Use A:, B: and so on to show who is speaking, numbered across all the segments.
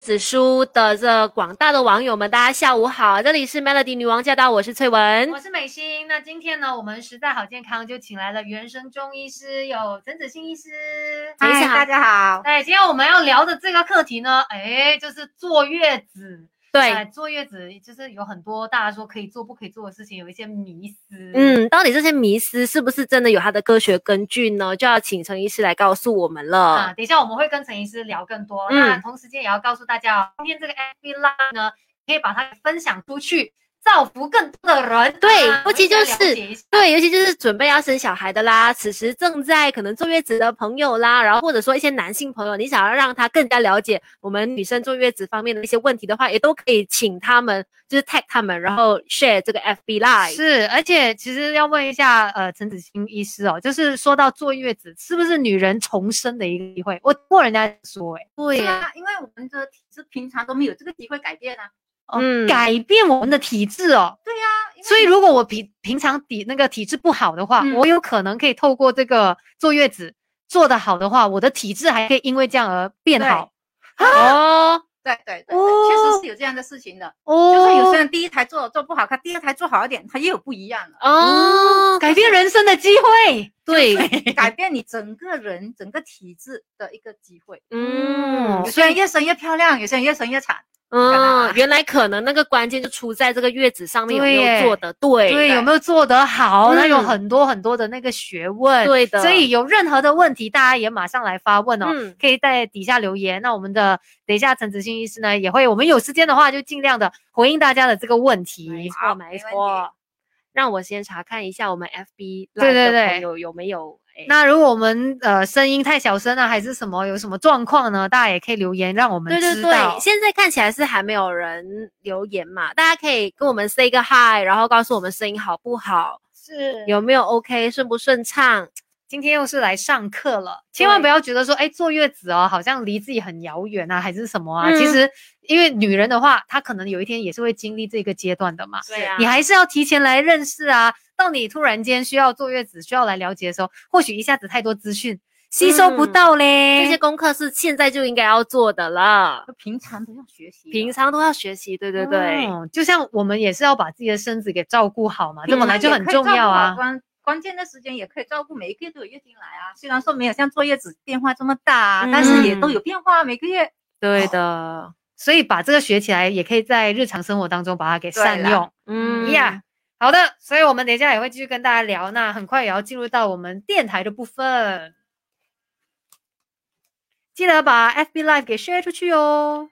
A: 紫苏的这广大的网友们，大家下午好，这里是 Melody 女王驾到，我是翠文
B: 我。是美心。那今天呢，我们实在好健康就请来了原生中医师，有陈子欣医师。
A: 陈医师
C: 嗨，
A: 好
C: 大家好。
B: 哎，今天我们要聊的这个课题呢，哎，就是坐月子。哎
A: 对，
B: 坐月子就是有很多大家说可以做不可以做的事情，有一些迷思。，
A: 嗯，到底这些迷思是不是真的有它的科学根据呢？就要请陈医师来告诉我们了。
B: 啊，等一下我们会跟陈医师聊更多。
A: 嗯
B: 那同时间也要告诉大家哦，今天这个 FB Live 呢，可以把它分享出去，造福更多的人。
A: 对
B: 啊
A: 不其
B: 大家
A: 就是
B: 了解一下
A: 对，尤其就是准备要生小孩的啦，此时正在可能坐月子的朋友啦，然后或者说一些男性朋友，你想要让他更加了解我们女生坐月子方面的一些问题的话，也都可以请他们就是 tag 他们，然后 share 这个 FB live。
B: 是，而且其实要问一下，呃，陈子欣医师哦，就是说到坐月子，是不是女人重生的一个机会？我听过人家说、欸，
A: 对
C: 对啊，因为我们的体质平常都没有这个机会改变啊。
B: 哦
A: 嗯
B: 改变我们的体质哦。
C: 对呀、因为
B: 所以如果我平平常底那个体质不好的话，
C: 嗯
B: 我有可能可以透过这个坐月子做得好的话，我的体质还可以因为这样而变
C: 对
B: 好
A: 哦，
C: 对对对对
B: 哦
C: 确实是有这样的事情的。
B: 哦。
C: 就是有些人第一台做做不好，他第二台做好一点，他又有不一样 了。
A: 哦，
B: 改变人生的机会，
A: 对，
C: 改变你整个人、整个体质的一个机会。
A: 嗯
B: 哦
C: 有些人越生越漂亮，有些人越生越惨。
A: 嗯，原来可能那个关键就出在这个月子上面有没
B: 对
A: 有
B: 耶
A: 做的对，
B: 对，有没有做得好？那有
A: 嗯
B: 很多很多的那个学问。
A: 对的，
B: 所以有任何的问题，大家也马上来发问哦，
A: 嗯
B: 可以在底下留言。那我们的等一下陈子欣医师呢，也会我们有时间的话，就尽量的回应大家的这个问
A: 没
B: 题。
A: 错
C: 好
A: 没
C: 没问题
A: 错。让我先查看一下我们 FB
B: 对
A: live
B: 对
A: 的
B: 对
A: 朋友有没有哎
B: 那如果我们呃声音太小声啊，还是什么有什么状况呢？大家也可以留言让我们
A: 对对
B: 知
A: 对，
B: 道。
A: 现在看起来是还没有人留言嘛，大家可以跟我们 say 个 hi，然后告诉我们声音好不好，
C: 是
A: 有没有 OK，顺不顺畅？
B: 今天又是来上课了，千万不要觉得说，哎，坐月子哦，好像离自己很遥远啊，还是什么啊？
A: 嗯
B: 其实，因为女人的话，她可能有一天也是会经历这个阶段的嘛。
C: 对啊
B: 你还是要提前来认识啊。到你突然间需要坐月子、需要来了解的时候，或许一下子太多资讯吸收
C: 嗯
B: 不到嘞。
A: 这些功课是现在就应该要做的了，
C: 平常都要学习的，
A: 平常都要学习。对对对，
B: 嗯就像我们也是要把自己的身子给照顾好嘛，这本来就很
C: 嗯平常也可
B: 重
C: 以
B: 要
C: 照顾好
B: 啊。
C: 关关键的时间也可以照顾每一个月都有月经来啊，虽然说没有像坐月子变化这么大啊，但是也
B: 嗯
C: 都有变化啊，每个月。
A: 对的，
B: 所以把这个学起来，也可以在日常生活当中把它给
C: 对
B: 善
C: 啦
B: 用。
A: 嗯
B: 呀好的，所以我们等一下也会继续跟大家聊，那很快也要进入到我们电台的部分，记得把 FB Live 给 share 出去哦。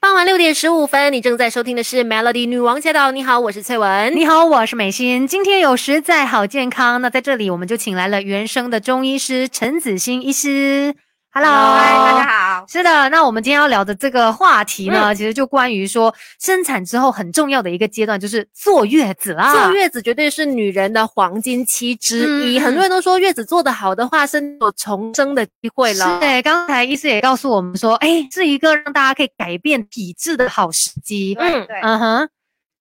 A: 傍晚六点十五分，你正在收听的是 Melody 女王驾到。你好，我是翠文。
B: 你好，我是美心，今天有实在好健康，那在这里我们就请来了原生的中医师陈子欣医师，Hello，
A: Hello
C: 嗨，
A: 嗨
C: 大家好。
B: 是的，那我们今天要聊的这个话题呢，
A: 嗯
B: 其实就关于说生产之后很重要的一个阶段，就是坐月子啊啦。
A: 坐月子绝对是女人的黄金期之一，
B: 嗯嗯
A: 很多人都说月子做得好的话，是有重生的机会了。
B: 是哎，刚才医师也告诉我们说，哎，是一个让大家可以改变体质的好时机。
A: 嗯
C: 对对，
B: 嗯哼，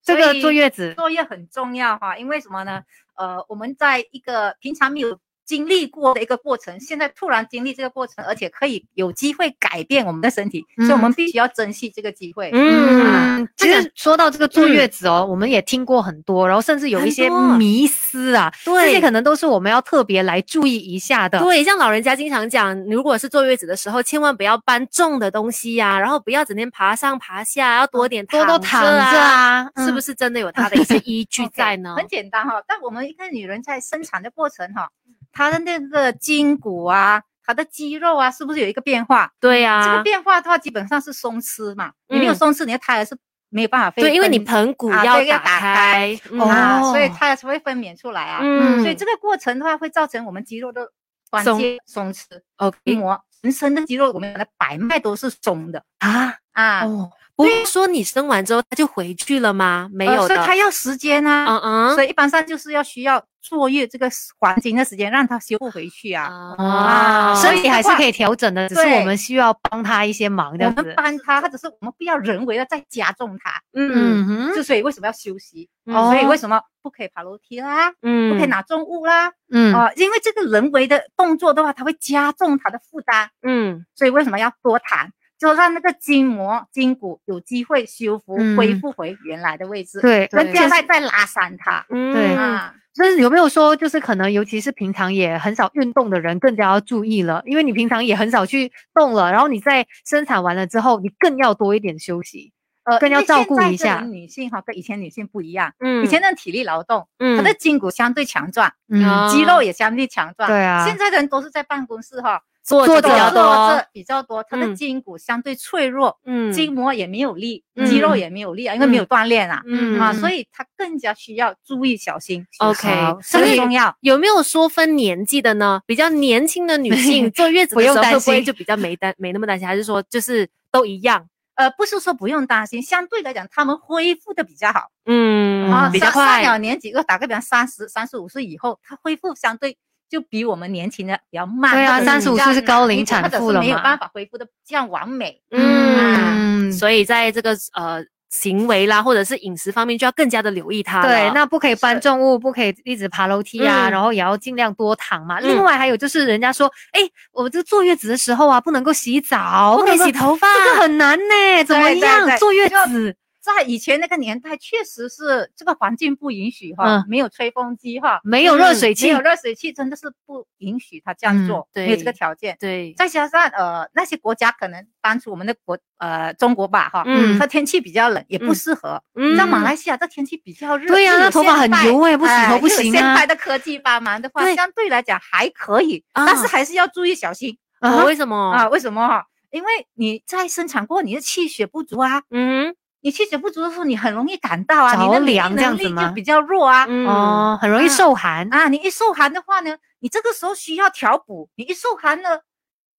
B: 这
C: 所
B: 个
C: 以
B: 坐月子，
C: 作业很重要哈，因为什么呢？呃，我们在一个平常没有经历过的一个过程，现在突然经历这个过程，而且可以有机会改变我们的身体，所以我们必须要珍惜这个机会。
A: 嗯，
B: 嗯，其实说到这个坐月子哦，我们也听过很多，然后甚至有一
A: 很
B: 些
A: 多
B: 迷思啊，这
A: 对
B: 些可能都是我们要特别来注意一下的。
A: 对，像老人家经常讲，如果是坐月子的时候，千万不要搬重的东西呀、然后不要整天爬上爬下，要多点
B: 多多
A: 躺
B: 躺
A: 着
B: 着
A: 啊，
B: 啊，
A: 是不
B: 是？
A: 是真的有它的一些依据
C: OK，
A: 在呢？
C: 很简单哈、但我们一个女人在生产的过程哈、她的那个筋骨啊，她的肌肉啊，是不是有一个变化？
A: 对呀、
C: 这个变化的话，基本上是松弛嘛，你没有
A: 啊嗯
C: 松弛，你的胎儿是没有办法被
A: 对，因为你
C: 分
A: 盆骨
C: 啊
A: 要
C: 对要
A: 打
C: 打
A: 开，嗯
C: 啊，所以
B: 哦
C: 胎儿才会分娩出来啊。
A: 嗯，
C: 所以这个过程的话，会造成我们肌肉的关
A: 松
C: 节松弛、
A: OK
C: 筋膜、全身的肌肉，我们的百脉都是松的
B: 啊，
C: 啊。
B: 哦，
A: 不是说你生完之后它就回去了吗？没
C: 呃
A: 有
C: 所
A: 的，
C: 以它要时间啊。
A: 嗯嗯，
C: 所以一般上就是要需要坐月这个黄金的时间，让它修复回去啊。
B: 啊，
C: 啊
B: 身
C: 所以
B: 体
C: 的
B: 还是
C: 话
B: 可以调整的，只是
C: 对
B: 我们需要帮他一些忙这
C: 我
B: 样
C: 们
B: 子。
C: 帮它，它只是我们不要人为的再加重它。
A: 嗯
B: 嗯哼，
C: 就所以为什么要休息？
B: 哦
C: 所以为什么不可以爬楼梯啦？
A: 嗯，
C: 不可以拿重物啦？
B: 嗯
C: 啊、因为这个人为的动作的话，它会加重它的负担。
A: 嗯
C: 所以为什么要多弹？就让那个筋膜、筋骨有机会修复、
B: 嗯
C: 恢复回原来的位置。，
B: 对，
C: 那
B: 而
C: 不要
B: 且
C: 再再拉伤它。
A: 嗯
B: 对
C: 啊，
B: 就是有没有说，就是可能尤其是平常也很少运动的人，更加要注意了，因为你平常也很少去动了，然后你在生产完了之后，你更要多一点休息。
C: 呃
B: 更要
C: 因为
B: 照
C: 现
B: 顾
C: 在
B: 一
C: 这个
B: 下
C: 女性哈，跟以前女性不一样，
A: 嗯
C: 以前的体力劳动，她
B: 嗯
C: 的筋骨相对强壮，
A: 啊
C: 肌肉也相对强壮。
B: 对啊，
C: 哦现在的人都是在办公室哈，
A: 坐
B: 坐
A: 着
B: 着
A: 比
B: 比较
A: 较
C: 坐
A: 多，
B: 哦
C: 着比较多，她
A: 嗯
C: 的筋骨相对脆弱，
A: 嗯
C: 筋膜也没有力，肌肉
B: 嗯
C: 也没有力啊，因为没有锻炼啊。
A: 嗯
C: 啊，
B: 嗯
C: 所以她更加需要注意小心。
A: OK，
C: 这
A: 所
C: 个
A: 以
C: 重要。
A: 有没有说分年纪的呢？比较年轻的女 性坐月子
B: 不
A: 的时
B: 用
A: 候
B: 担
A: 会不会
B: 心
A: 就比较没担没那么担心？还是说就是都一样？
C: 呃，不是说不用担心，相对来讲，他们恢复的比较好
A: 嗯
C: 啊。
A: 比较
C: 上上
A: 快
C: 了年纪，我打个比方，三十、三十五岁以后，他恢复相对就比我们年轻的比较慢。
B: 对啊
C: 或者
B: 35
C: 比较
B: 岁是高龄
C: 难一点
B: 产妇
C: 或者是
B: 了
C: 没有
B: 嘛
C: 办法恢复的这样完美。
A: 嗯
B: 嗯，
A: 所以在这个呃行为啦，或者是饮食方面，就要更加的留意它了。
B: 对，那不可以搬
C: 是
B: 重物，不可以一直爬楼梯啊，
A: 嗯
B: 然后也要尽量多躺嘛。
A: 嗯
B: 另外还有就是，人家说，哎，我这坐月子的时候啊，不能够洗澡，
A: 不可以
B: 能
A: 洗
B: 够，
A: 头发，
B: 这个很难呢。怎么
C: 对对
B: 样？
C: 对
B: 坐月
C: 就
B: 子，
C: 在以前那个年代，确实是这个环境不允许哈，
B: 嗯
C: 没有吹风机哈，
B: 没有热水器
C: 嗯没有热水器，真的是不允许他这样
B: 嗯
C: 做，
A: 对
C: 没有这个条件。
A: 对，
C: 再加上呃，那些国家可能当初我们的国呃中国吧哈，
A: 嗯
C: 它天气比较冷，也不
A: 嗯
C: 适合。
A: 嗯
C: 像马来西亚这天气比较热，
B: 对呀啊
C: 又有
B: 那头发很
C: 现代
B: 油哎不洗头
C: 又
B: 不
C: 有
B: 行
C: 现
B: 啊
C: 代的科技帮忙的话
A: 对，
C: 相对来讲还可以，
A: 啊
C: 但是还是要注意小心
B: 啊
A: 哦
B: 哈
A: 为什么
C: 啊！为什么哈？因为你在生产过，你的气血不足啊，
A: 嗯
C: 你气血不足的时候，你很容易感到啊，你
B: 着
C: 的免疫
B: 凉这样
C: 能
B: 子
C: 力
B: 吗
C: 就比较弱啊。
A: 嗯
B: 哦，很容易
C: 啊
B: 受寒。
C: 啊，你一受寒的话呢，你这个时候需要调补。你一受寒呢，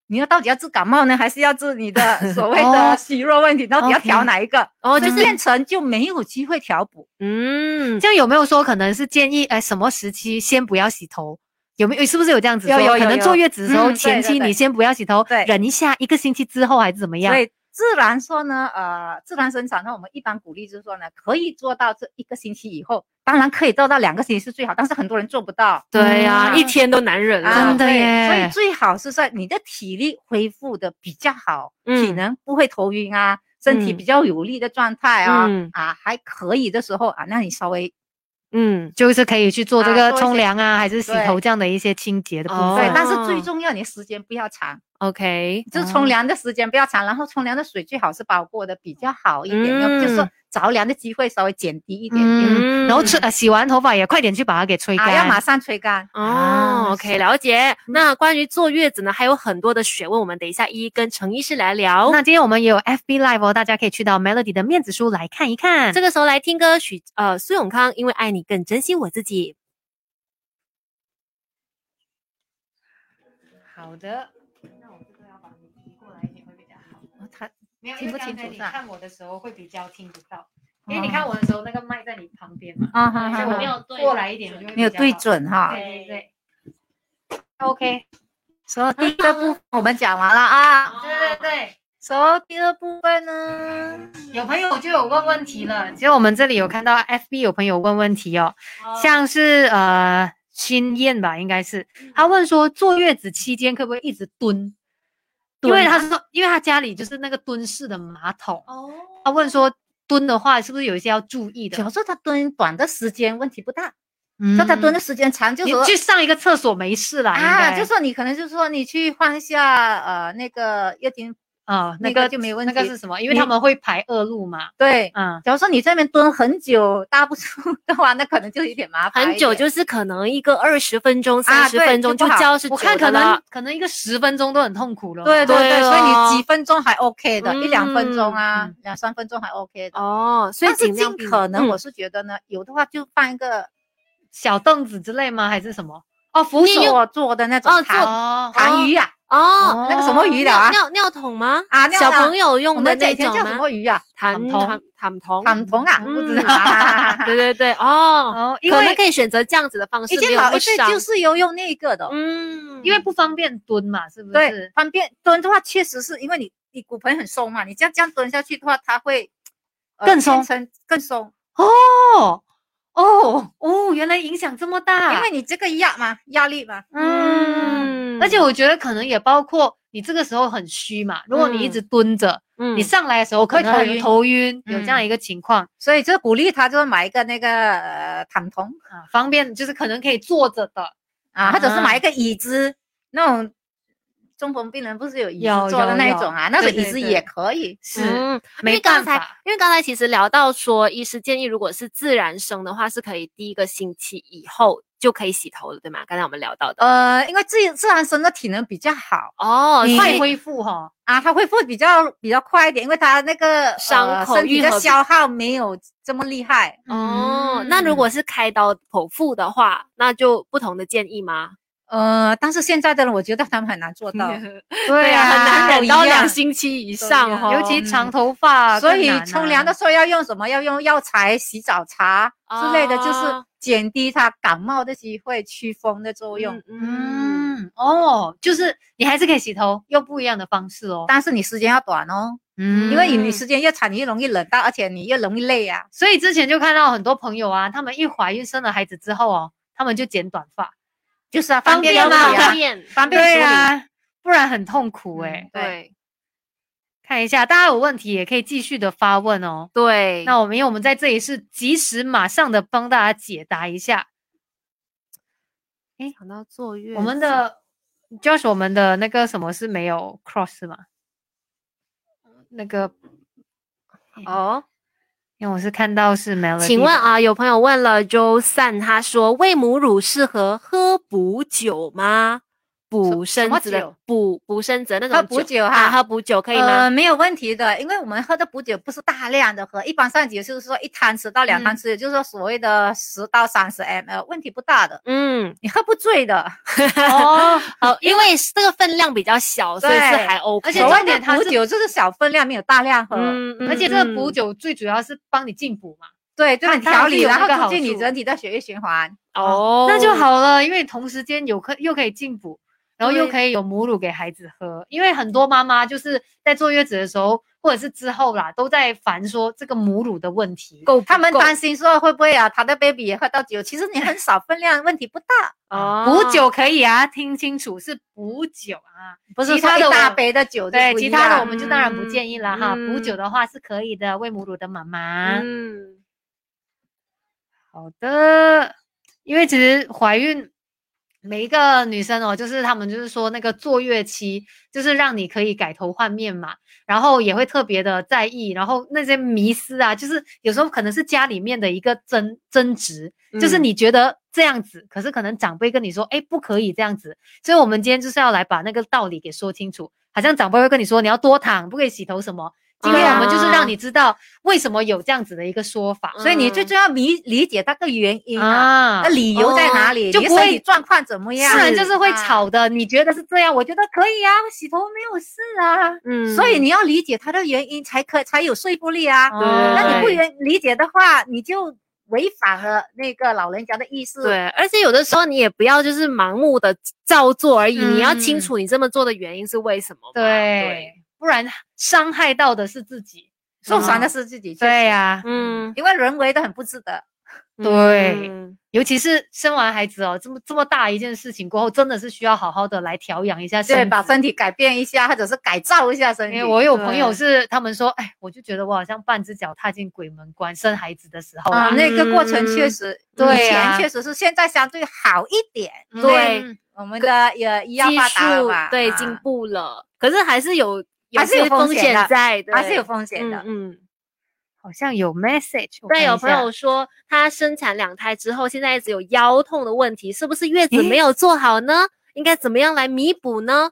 C: 你要到底要治感冒呢，还是要治你的所谓
B: 哦
C: 的虚弱问题？到底要
B: OK
C: 调哪一个？
A: 哦，就
C: 就是是变成就没有机会调补。
A: 嗯
B: 这样有没有说可能是建议，哎，什么时期先不要洗头？有没有是不是有这样子说？
C: 有有
B: 可
C: 有
B: 能
C: 有
B: 坐月子的时候，
C: 嗯对
B: 前
C: 对
B: 期
C: 对
B: 你先不要洗头，
C: 对
B: 忍一下，一个星期之后还是怎么样
C: 所？以自然说呢，呃，自然生产呢，我们一般鼓励就是说呢，可以做到这一个星期以后，当然可以做到两个星期是最好，但是很多人做不到。
A: 对呀、啊
C: 嗯
A: 一天都难忍了。
C: 啊
B: 真的
C: 对
B: 耶
C: 所以最好是在你的体力恢复的比较好，体
A: 嗯
C: 能不会头晕啊，身体
A: 嗯
C: 比较有力的状态啊，
A: 嗯
C: 啊还可以的时候啊，那你稍微
A: 嗯，
B: 就是可以去做这
C: 啊
B: 个
C: 做一
B: 冲
C: 些
B: 凉啊，还是洗
C: 对
B: 头这样的一些清洁的部
A: 哦
C: 对
B: 分。，
C: 但是最重要你的时间不要长，
A: OK，
C: 就是
B: 哦
C: 冲凉的时间不要长，然后冲凉的水最好是包过的比较好一点，
A: 嗯
C: 就是说着凉的机会稍微减低一点点。
B: 嗯，然后吹
A: 嗯
B: 呃洗完头发也快点去把它给吹
C: 啊，要
B: 干。
C: 马上吹干。
A: 哦
B: 啊
A: ，OK，了解。那关于坐月子呢，还有很多的学问，我们等一下一一跟程医师来聊。
B: 那今天我们也有 FB Live 哦，大家可以去到 Melody 的面子书来看一看。
A: 这个时候来听歌许呃苏永康，因为爱你更珍惜我自己。
C: 好的，那我这个要把你移过来一点会比较好。
B: 嗯
C: 他
B: 没有
C: 听不清楚是吧
B: 我的时候会比较听不到，
C: 哦
B: 我的时候那个麦在你旁边嘛，
C: 啊哈
B: 所以
C: 哈哈，
B: 对过来一点，
C: 没有对。准哈。
B: 对对对。OK，
C: 所以第一个部分我们讲完了啊，
B: 对对对，
C: 所以第二部分呢，
B: 有朋友就有问问题了。其实我们这里有看到 FB 有朋友问问题哦，像是呃新燕吧，应该是他问说坐月子期间可不可以一直蹲？因
A: 蹲
B: 为他说，因为他家里就是那个蹲式的马桶，
A: 哦，
B: 他问说蹲的话是不是有一些要注意
C: 假
B: 的
C: 如？说他蹲短的时间问题不大，
B: 嗯
C: 说他蹲的时间长就
B: 你
C: 是说
B: 去上一个厕所没事啦，应
C: 啊，
B: 该
C: 就说你可能就是说你去换一下呃那个月经，
B: 啊那
C: 那个
B: 个
C: 就没问
B: 那个
C: 题
B: 是什么？因为
C: 你
B: 他们会排恶露嘛，
C: 对。
B: 嗯，
C: 假如说你这边蹲很久大不 出的话，那可能就有点麻烦一点。
A: 很久就是可能一个二十分钟、三
C: 啊
A: 十
C: 对
A: 分钟
C: 就不好
A: 交是
B: 我看
A: 久的
B: 可能
A: 了
B: 可能一个十分钟都很痛苦了，
C: 对对
A: 对
C: 对，所
A: 咯
C: 以
A: 嗯
C: 你几分钟还 OK 的，一两分钟啊
B: 嗯，
C: 两三分钟还 OK 的。
A: 哦，所以
C: 但是
A: 尽量
C: 尽
A: 避免
C: 可能，
A: 嗯
C: 我是觉得呢，有的话就放一个
B: 小凳子之类吗？还是什么？哦，扶
C: 扶
B: 手
C: 手做的那种
A: 哦
C: 躺
B: 哦，
C: 躺椅啊，
A: 哦，
C: 那个什么鱼的啊
A: 尿尿桶吗？
C: 啊尿
A: 小
C: 桶啊
A: 朋友
C: 我
A: 用的
C: 们这
A: 那
C: 以前
A: 种
C: 叫什
A: 吗？
C: 么鱼啊？
A: 痰
B: 桶
A: 痰痰桶，
C: 板桶啊，
A: 嗯
C: 不知 道。
A: 对对对，哦，
B: 哦，因
A: 可能
B: 为
A: 可以选择这样子的方式，
C: 以
A: 没
C: 前
A: 有
C: 老
A: 不
C: 一辈
A: 伤
C: 就是有用那个的，
A: 嗯，
B: 因为不方便蹲嘛，是不是？
C: 对，方便蹲的话，确实是因为你你骨盆很松嘛，你这样这样蹲下去的话，它会、呃
B: 更松
C: 变成更松，
B: 哦哦哦，原来影响这么大，
A: 啊
C: 因为你这个压嘛，压力嘛，
B: 嗯，而且我觉得可能也包括你这个时候很虚嘛，如果你一直蹲着，
A: 嗯
B: 你上来的时候可
C: 会头
B: 能有
C: 晕
B: 头晕，
C: 嗯
B: 有这样一个情况
C: 所以就鼓励他就是买一个那个呃躺筒
B: 啊，方便就是可能可以坐着的，
C: 啊，或者是
B: 啊
C: 买一个椅子，那种中风病人不是有椅
B: 有
C: 子坐的
B: 有
C: 那
B: 有
C: 种啊，那
B: 对
C: 种椅
B: 对
C: 子
B: 对
C: 也可以。
B: 是
A: 嗯因
B: 没
A: 为刚
B: 办
A: 才
B: 法。
A: 因为刚才其实聊到说，医师建议如果是自然生的话，是可以第一个星期以后就可以洗头了，对吗？刚才我们聊到的
C: 呃，因为自自然生的体能比较好
A: 哦，
C: 你
A: 所
B: 快
A: 以
B: 恢复哈，
C: 啊，它恢复比较比较快一点，因为它那个
A: 伤
C: 呃
A: 口
C: 身体
A: 愈
C: 的
A: 合比
C: 消耗没有这么厉害。
B: 嗯
C: 嗯
A: 哦，那如果是开刀剖腹的话，那就不同的建议吗？
C: 呃，但是现在的人，我觉得他们很难做 到，
B: 对
A: 呀、
B: 啊
A: 很难忍到
C: 一样
A: 两星期以上
C: 都一
A: 哦，
C: 样
B: 尤其长头发更
C: 所
B: 难啊，
C: 以冲凉的时候要用什么？要用药材、洗澡茶之类的，就是
A: 啊
C: 减低它感冒的机会、祛风的作用。
A: 嗯。嗯
B: 嗯哦，就是你还是可以洗头，用不一样的方式哦。
C: 但是你时间要短哦，
B: 嗯
C: 因为你
A: 嗯
C: 你时间越长，你越容易冷到，而且你越容易累啊呀、
B: 所以之前就看到很多朋友啊，他们一怀孕生了孩子之后哦，他们就剪短发，
C: 就是啊，
B: 嗯方
C: 方
B: 便
C: 便
B: 嘛
C: 嘛，
A: 方便，
C: 方便
B: 对
C: 处理
B: 啊，不然很痛苦哎、
C: 嗯对
A: 对
B: 看一下，大家有问题也可以继续的发问哦。
A: 对，
B: 那我们因为我们在这里是及时马上的帮大家解答一下
A: 想到坐
C: 嗯
A: 月子，
B: 我们的 Josh，我们的那个什么是没有 cross 是吗？那个，
A: 哦，
B: 因为我是看到是 Melody，
A: 请问
B: 的，
A: 啊，有朋友问了周散，他说喂母乳适合喝补酒吗？补
C: 什
A: 身
C: 么
A: 子的
C: 酒
A: 补补身子的那种
C: 喝补酒
A: 啊，
C: 哈
A: 喝补酒可以吗？
C: 呃，没有问题的，因为我们喝的补酒不是大量的喝，一般上也就是说一汤匙到两汤
B: 嗯
C: 匙，也就是说所谓的十到三十 ml，问题不大的，
A: 嗯，
C: 你喝不醉的。
B: 哦，
A: 哦，因为这个分量比较小，所以是
C: 对
A: 还 OK。
B: 而且
C: 所
B: 重
C: 谓
B: 点
C: 的
B: 它
C: 补
B: 是
C: 酒就是小分量，没有大量喝，
A: 嗯，嗯
B: 而且这个
A: 嗯
B: 补酒最主要是帮你进补嘛，
C: 对，就
B: 它
C: 是
B: 它
C: 调
B: 还是
C: 理，
B: 有
C: 然
B: 那个
C: 后
B: 好
C: 促进你
B: 处
C: 整体的血液循环。
A: 哦，
B: 那就。好了，因为同时间有可又可以进补，然后又
A: 对
B: 可以有母乳给孩子喝，因为很多妈妈就是在坐月子的时候或者是之后啦，都在烦说这个母乳的问题。
A: 够
C: 他们
A: 够
C: 担心说会不会啊，他的 baby 也喝到酒，其实你很少分量，问题不大，
A: 哦，
B: 补酒可以啊，听清楚是补酒啊，
C: 不是
B: 其他
C: 说
B: 的
C: 一大
B: 我
C: 杯的酒就
B: 对，
C: 不
B: 其
C: 一
B: 他的我
C: 样
B: 们就当然不
A: 嗯
B: 建议了哈。补
A: 嗯
B: 酒的话是可以的，喂母乳的妈妈。
A: 嗯，
B: 好的，因为其实怀孕每一个女生哦，就是她们就是说那个坐月期，就是让你可以改头换面嘛，然后也会特别的在意，然后那些迷思啊，就是有时候可能是家里面的一个争争执，就是
A: 嗯
B: 你觉得这样子，可是可能长辈跟你说，哎，不可以这样子，所以我们今天就是要来把那个道理给说清楚。好像长辈会跟你说你要多躺，不可以洗头什么。今天我们
A: 啊
B: 就是让你知道为什么有这样子的一个说法。
A: 嗯
C: 所以你最重要理理解它的原因啊，
B: 啊
C: 那理由在哪里？
B: 就
C: 你
B: 不
C: 身
B: 会
C: 体状况怎么样？
B: 不然就是会
C: 啊
B: 吵的。你觉得是这样，我觉得可以啊，洗头没有事啊。
A: 嗯
C: 所以你要理解它的原因，才可才有说服力啊。
A: 对
C: 那你不
B: 哦对
C: 原理解的话，你就违反了那个老人家的意识。，
A: 对，而且有的时候你也不要就是盲目的照做而已，你要清
B: 嗯
A: 楚你这么做的原因是为什么嘛。
B: 对，不然伤害到的是自己。
C: 受伤的是自己。
B: 哦对、呀、
A: 嗯，
C: 因为人为的很不值得。
B: 对
A: 嗯
B: 尤其是生完孩子哦，这么这么大一件事情过后，真的是需要好好的来调养一下身
C: 对，
B: 体。
C: 把身体改变一下，或者是改造一下身
B: 因
C: 体。
B: 为我有朋友
A: 对
B: 是，他们说，哎，我就觉得我好像半只脚踏进鬼门关，生孩子的时候
C: 啊、
B: 啊，
C: 那个过程
A: 嗯
C: 确实，
B: 对
C: 以
B: 啊
C: 前确实是现在相对好一点。因为
A: 对
B: 嗯
C: 我们的也医药
A: 技
C: 发达了
A: 术
C: 嘛，
A: 对
C: 啊
A: 进步了，可是还是有
C: 还是有
A: 些
C: 风
A: 风
C: 险的
A: 在，对
C: 还是有风险的。
A: 嗯嗯，
B: 好像有 message 我看
A: 对，
B: 一下。
A: 有朋友说她生产两胎之后，现在一直有腰痛的问题，是不是月子没有做好呢？应该怎么样来弥补呢？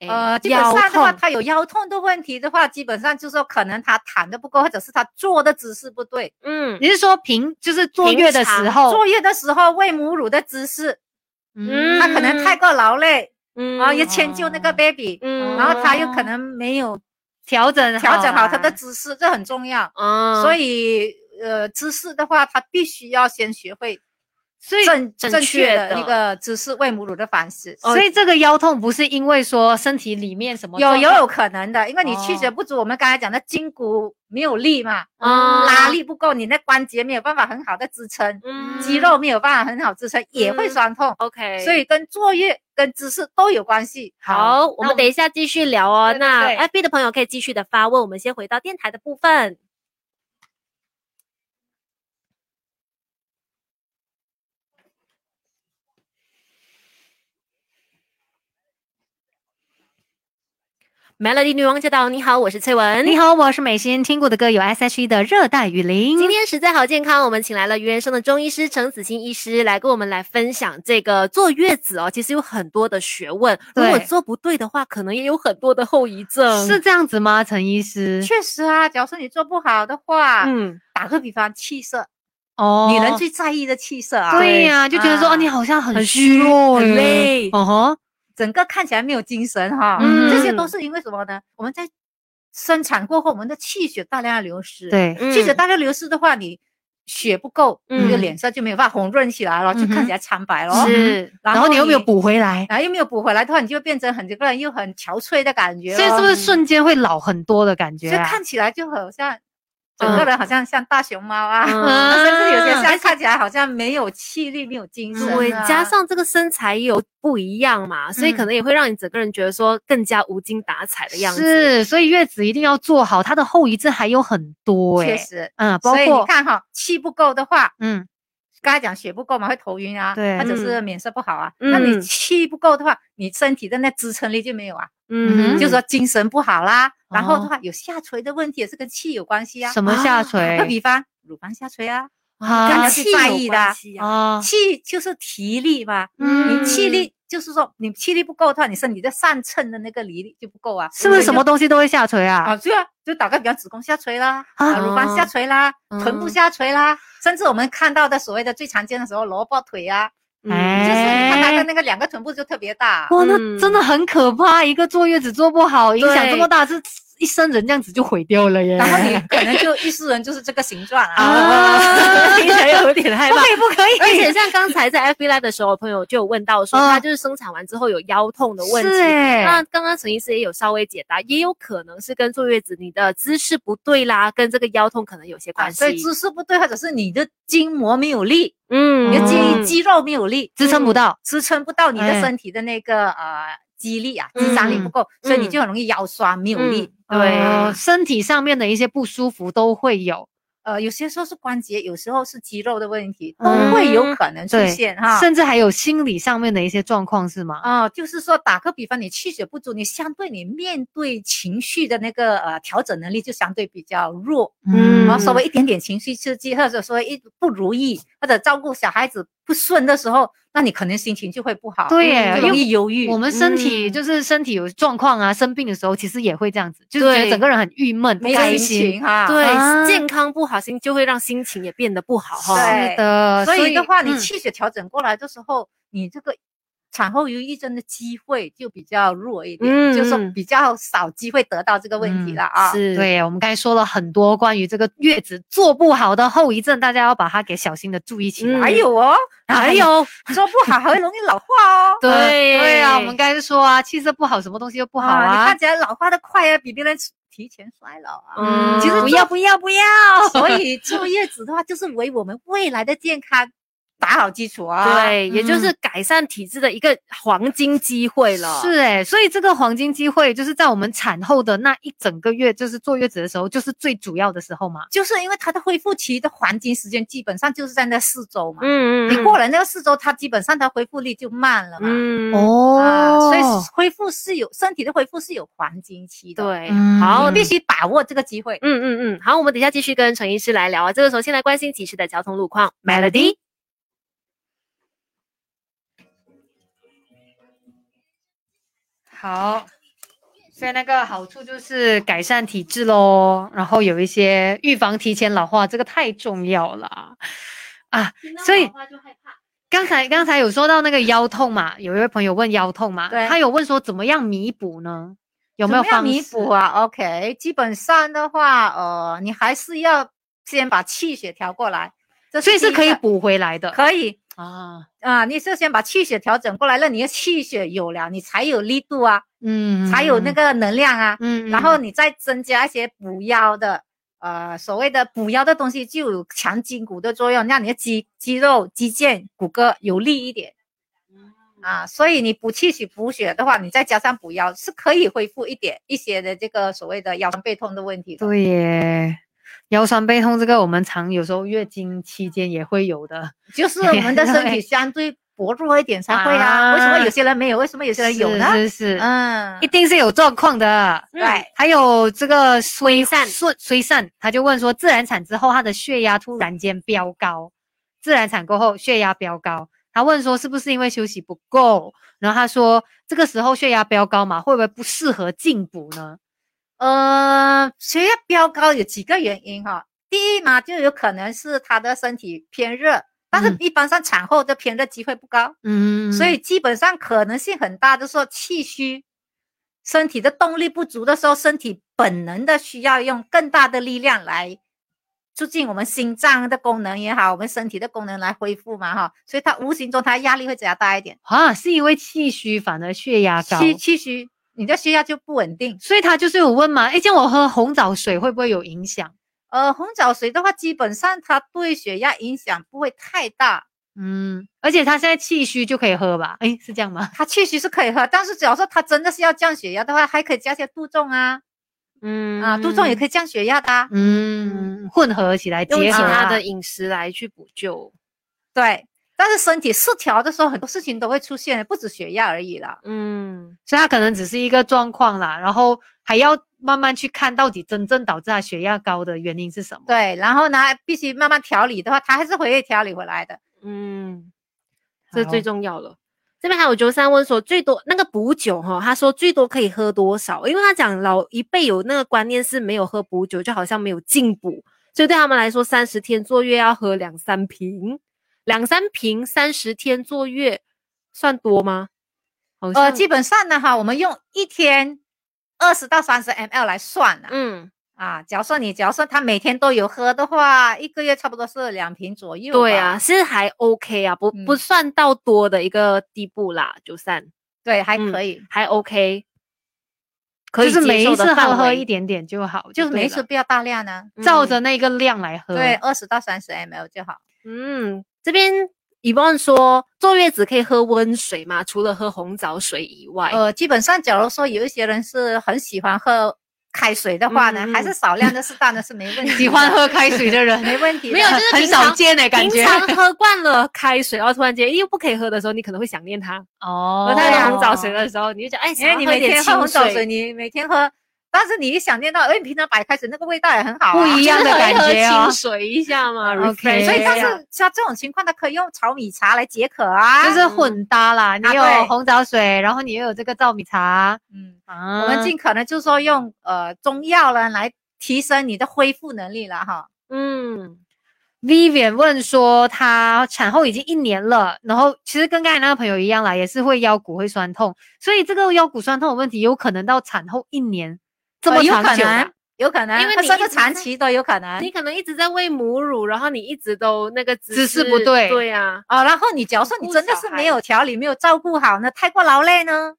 A: 哎
C: 呃，基本
A: 腰
C: 上的话，
A: 痛，
C: 他有腰痛的问题的话，基本上就是说可能他躺的不够，或者是他坐的姿势不对。
A: 嗯
B: 你是说平就是坐
A: 平
B: 月的时
A: 常
B: 候，
C: 坐月的时候喂母乳的姿势，
A: 嗯
C: 他可能太过劳累，
A: 嗯
C: 然后也迁就那个
B: 哦
C: baby，、
A: 嗯
C: 然后他又可能没有
B: 调整
C: 调整好他的
B: 啦
C: 姿势，这很重要。
A: 嗯，
C: 所
A: 以
C: 以呃，姿势的话，他必须要先学会
B: 所以
C: 正
A: 正
C: 正
A: 确
C: 确的
A: 的哦
C: 那个姿势喂母乳的方式。
B: 所以这个腰痛不是因为说身体里面什么
C: 有
B: 状
C: 有
B: 况
C: 有可能的，因为你气血
B: 哦
C: 不足，我们刚才讲的筋骨没有力嘛，
A: 嗯
C: 拉力不够，你那关节没有办法很好的支撑，
A: 嗯
C: 肌肉没有办法很好支撑，也会
A: 嗯
C: 酸痛。
A: OK，
C: 所以跟坐月跟姿势都有关系。
A: 好，我
B: 那
A: 们等一下继续聊哦。
B: 对对
A: 那
B: 对
A: FB 的朋友可以继续的发问，我们先回到电台的部分。Melody 女王驾到！你好，我是翠文。
B: 你好，我是美心，听过的歌有 S.H.E 的《热带雨林
A: 今》。天实在好健康，我们请来了鱼人生的中医师陈子欣医师来跟我们来分享这个坐月子哦，其实有很多的学问，如果
B: 对
A: 做不对的话，可能也有很多的后遗症。
B: 是这样子吗，陈医师？
C: 确实啊，假如说你做不好的话，
A: 嗯，
C: 打个比方，气色，
B: 哦
C: 女人最在意的气色啊，
B: 对呀、就觉得说、
C: 啊
B: 哦，你好像很
A: 很
B: 虚弱
A: 很
B: 耶
A: 累
B: 哦吼，
C: 整个看起来没有精神哈，
B: 嗯
C: 这些都是因为什么呢？我们在生产过后，我们的气血大量的流失，，
B: 对，嗯
C: 气血大量流失的话，你血不够，你的
A: 嗯
C: 脸色就没有办法红润起来了，
B: 嗯
C: 就
B: 哼
C: 看起来苍白了。
A: 是
B: 嗯然
C: 然
B: 后
C: 后
B: 你又没有
C: 你
B: 补回来，
C: 然后又没有补回来的话，你就会变成很这个人又很憔悴的感觉咯，
B: 所以是不是
A: 嗯
B: 瞬间会老很多的感觉、
C: 所以
B: 啊？
C: 看起来就好像
B: 嗯
C: 整个人好像像大熊猫啊，
A: 嗯
C: 甚至有些
B: 啊
C: 像看起来好像没有气力、没有精神、啊，
A: 对，加上这个身材也有不一样嘛，所以可能也会让你整个人觉得说更加无精打采的样子。，
B: 是，所以月子一定要做好，它的后遗症还有很多哎、
C: 确实。
B: 嗯，包
C: 所以你
B: 括
C: 看哈，气不够的话，
B: 嗯，
C: 刚才讲血不够嘛，会头晕啊，
B: 对
C: 或者是脸色不好啊。
A: 嗯
C: 那你气不够的话，你身体的那支撑力就没有啊，
B: 嗯
C: 就是说精神不好啦。然后
B: 哦
C: 的话，有下垂的问题也是跟气有关系啊。
B: 什么下
A: 啊
B: 垂
C: 打个比方，乳房下垂啊，
B: 啊
C: 干
A: 跟
C: 气
A: 气
C: 在
A: 有
C: 意
A: 关
C: 的
A: 系啊
B: 啊，
C: 气就是体力嘛，
B: 嗯
C: 你气力就是说你气力不够的话，你身体的上乘的那个力力就不够啊，
B: 是不是
C: 所以
B: 什么
C: 就
B: 东西都会下垂啊？
C: 啊？对啊，就打个比方，子宫下垂啦，
B: 啊哦
C: 啊，乳房下垂啦，臀部
A: 嗯
C: 下垂啦，甚至我们看到的所谓的最常见的时候，萝卜腿啊，
A: 嗯
C: 就是你看他
B: 哎
C: 的那个两个臀部就特别大。
B: 哇，那
A: 嗯
B: 真的很可怕，一个坐月子坐不好，影响这么
A: 对
B: 大，是一生人这样子就毁掉了耶。
C: 然后你可能就一世人就是这个形状 啊，
B: 啊
A: 听起来有点害
B: 不
A: 怕
B: 可。以不可以？
A: 而且像刚才在 FB Live 的时候，我朋友就有问到说，
B: 哎嗯
A: 他就是生产完之后有腰痛的问题。
B: 是哎
C: 啊
A: 那刚刚陈医师也有稍微解答，也有可能是跟坐月子你的姿势不对啦，跟这个腰痛可能有些
C: 啊，
A: 关系。
C: 所以姿势不对，或者是你的筋膜没有力，
A: 嗯
C: 你的
B: 嗯
C: 肌肌肉没有力，
B: 支撑不到，
C: 支撑不到你
B: 哎
C: 的身体的那个呃肌力啊，肌张力不
B: 嗯
C: 够，所以你
A: 嗯
C: 就很容易腰酸没有力。
A: 对
C: 啊
B: 呃身体上面的一些不舒服都会有，
C: 呃，有些时候是关节，有时候是肌肉的问题，都
B: 嗯
C: 会有可能出
B: 对
C: 现哈。
B: 甚至还有心理上面的一些状况，是吗？
C: 哦，就是说，打个比方，你气血不足，你相对你面对情绪的那个呃调整能力就相对比较弱，
A: 嗯
C: 然后稍微一点点情绪刺激，或者说一不如意，或者照顾小孩子不顺的时候，那你可能心情就会不好，
B: 对耶
C: 就
B: 因
C: 容
B: 为
C: 易忧嗯郁。
B: 我们身体
A: 嗯
B: 就是身体有状况啊，生病的时候其实也会这样子，就是觉得
A: 对
B: 整个人很郁闷、不
C: 没有
B: 开
C: 心
B: 心。
C: 情哈，
A: 对、
B: 啊
A: 健康不好，心就会让心情也变得不好哈。
C: 对
B: 哦是的，
C: 所以的话，你
B: 嗯
C: 气血调整过来的时候，你这个产后忧郁症的机会就比较弱一点，
A: 嗯
C: 就是说
A: 嗯
C: 比较少机会得到这个问题
B: 嗯
C: 了啊。
A: 是，
B: 对，我们刚才说了很多关于这个月子做不好的后遗症，大家要把它给小心的注意起来。哎
A: 嗯
C: 还 有哦，
B: 还
A: 哎
C: 还
B: 有
C: 有做不好还会容易老化哦。
B: 对
A: 对
B: 对啊，我们刚才说啊，气色不好，什么东西都 不好
C: 你
B: 啊
C: 看。起来老化的快啊，比别人提前衰老啊。
A: 嗯，
B: 其实
C: 不
B: 不
C: 要
B: 要不要不要，
C: 所以坐月子的话，就是为我们未来的健康打好基础啊。，
A: 对，也就是改善体质的一个黄金机会了。
B: 是哎、所以这个黄金机会就是在我们产后的那一整个月，就是坐月子的时候，就是最主要的时候嘛。
C: 就是因为它的恢复期的黄金时间基本上就是在那四周嘛。
A: 嗯，嗯嗯，
C: 你过了那个四周，它基本上它恢复力就慢了嘛。
A: 嗯，
B: 哦
C: 啊，所以恢复是有身体的恢复是有黄金期的，，
A: 对，
B: 嗯
A: 好，
C: 你必须把握这个机会。
A: 嗯嗯嗯，好，我们等一下继续跟陈医师来聊啊。这个时候，先来关心即时的交通路况，Melody。
B: 好，所以那个好处就是改善体质喽，然后有一些预防提前老化，这个太重要了啊。所以刚才刚才有说到那个腰痛嘛，有一位朋友问腰痛嘛，
C: 对
B: 他有问说怎么样弥补呢？有没有
C: 怎么样
B: 方
C: 弥
B: 式
C: 补啊？OK，基本上的话，呃，你还是要先把气血调过来，这
B: 所以是
C: 第一
B: 可以
C: 个
B: 补回来的
C: 可以
B: 啊。
C: 啊、你是先把气血调整过来，那你的气血有了，你才有力度啊，
B: 嗯，
C: 才有那个能量啊，
B: 嗯，嗯，
C: 然后
B: 嗯
C: 你再增加一些补腰的。呃，所谓的补腰的东西就有强筋骨的作用，让你的肌肌肉、肌腱、骨骼有力一点
B: 嗯
C: 啊。所以你补气血、补血的话，你再加上补腰，是可以恢复一点一些的这个所谓的腰酸背痛的问题的。
B: 对耶，腰酸背痛这个我们常有时候月经期间也会有的，
C: 就是我们的身体
B: 对
C: 相对薄弱一点才会啊。
B: 啊
C: 为什么有些人没有？为什么有些人有呢？
B: 是是是，
C: 嗯
B: 一，定是有状况的。
A: 嗯
C: 对，
B: 还有这个
A: 衰
B: 虽
A: 散
B: 顺虽散，他就问说，自然产之后他的血压突然间飙高，自然产过后血压飙高，他问说是不是因为休息不够？然后他说这个时候血压飙高嘛，会不会不适合进补呢？
C: 呃，血压飙高有几个原因哈、第一嘛，就有可能是他的身体偏热，但是
B: 嗯
C: 一般上产后的偏热机会不高，
B: 嗯，
C: 所以基本上可能性很大，就是说气虚，身体的动力不足的时候，身体本能的需要用更大的力量来。促进我们心脏的功能也好，我们身体的功能来恢复嘛哈，所以它无形中它压力会加大一点。
B: 啊，是因为气虚反而血压高，
C: 气气虚，你的血压就不稳定。
B: 所以他就是有问嘛，哎，像我喝红枣水会不会有影响？
C: 呃，红枣水的话，基本上它对血压影响不会太大，
B: 嗯，而且他现在气虚就可以喝吧？哎，是这样吗？
C: 它确实是可以喝，但是只要说它真的是要降血压的话，还可以加些杜仲啊，
A: 嗯
C: 啊，杜仲也可以降血压的、啊，
B: 嗯，混合起来结
A: 用其
B: 合啊
A: 他
B: 啦
A: 的饮食来去补救。
C: 对。但是身体失调的时候，很多事情都会出现，不止血压而已啦。
A: 嗯，
B: 所以他可能只是一个状况啦，然后还要慢慢去看到底真正导致他血压高的原因是什么。
C: 对，然后呢，必须慢慢调理的话，它还是会调理回来的。
A: 嗯，这最
B: 好
A: 重要了。这边还有九三问说，最多那个补酒哈、他说最多可以喝多少？因为他讲老一辈有那个观念是没有喝补酒就好像没有进补，所以对他们来说，三十天坐月要喝两三瓶，两三瓶三十天坐月算多吗？好像
C: 呃，基本上呢，哈，我们用一天二十到三十 ml 来算啊。
A: 嗯
C: 啊，假如说你，假如说他每天都有喝的话，一个月差不多是两瓶左右。
A: 对啊，，是还 OK 啊，不不
C: 嗯
A: 算到多的一个地步啦，九三
C: 对，还
A: 嗯
C: 可以，
A: 还 OK，可以
B: 就是
A: 接
B: 每
A: 受
B: 一
A: 的
B: 次喝
A: 范
B: 喝
A: 围
B: 一点点就好，
C: 就是
B: 对
C: 每
B: 了嗯
C: 次不要大量呢、
B: 照着那个量来喝。
C: 对，，二十到三十 ml 就好。
A: 嗯，这边 e v o n 说坐月子可以喝温水吗？除了喝红枣水以外，
C: 呃，基本上，假如说有一些人是很喜欢喝开水的话呢，
A: 嗯嗯
C: 还是少量的、适当的是没问题 的。
B: 喜欢喝开水的人
C: 没问题的，
A: 没有就是
B: 很
A: 平常
B: 少见的、感
A: 平
B: 觉。
A: 常喝惯了开水，然后突然间哎又不可以喝的时候，你可能会想念它；
B: 哦
A: 喝它红枣水的时候，你就觉得哎，
C: 因为
A: 想
C: 你
A: 要喝
C: 每
A: 一点
C: 天喝
A: 清
C: 红 枣水，你每天喝，但是你一想念到，哎，你平常白开水那个味道也很好、啊，
B: 不一样
A: 就
B: 的
A: 是喝一哎
B: 感
A: 喝
B: 觉哦
A: 清水一下嘛
B: OK
A: ，refresh 一下。
C: 所以，但
B: 对
C: 是像这种情况，它可以用炒米茶来解渴啊。
B: 就是混搭啦，你
C: 啊
B: 有
C: 对
B: 红枣水，然后你又有这个糙米茶，
C: 嗯，
B: 啊
C: 我们尽可能就是说用呃中药呢来提升你的恢复能力了哈。
A: 嗯，
B: Vivian 问说，她产后已经一年了，然后其实跟刚才那个朋友一样啦，也是会腰骨会酸痛，所以这个腰骨酸痛的问题有可能到产后一年这么
C: 呃有
B: 长
C: 可
B: 久的、
C: 能，有可能，
A: 因为
C: 它
A: 你
C: 甚
A: 一
C: 至
A: 直
C: 长
A: 在
C: 期都有可能
A: 你。可能一直在喂母乳，然后你一直都那个姿
B: 姿势不对
A: 对啊，
C: 哦，然后你假如说你
A: 顾
C: 真的
A: 小
C: 是
A: 孩
C: 没有调理、没有照顾好呢，太过劳累呢，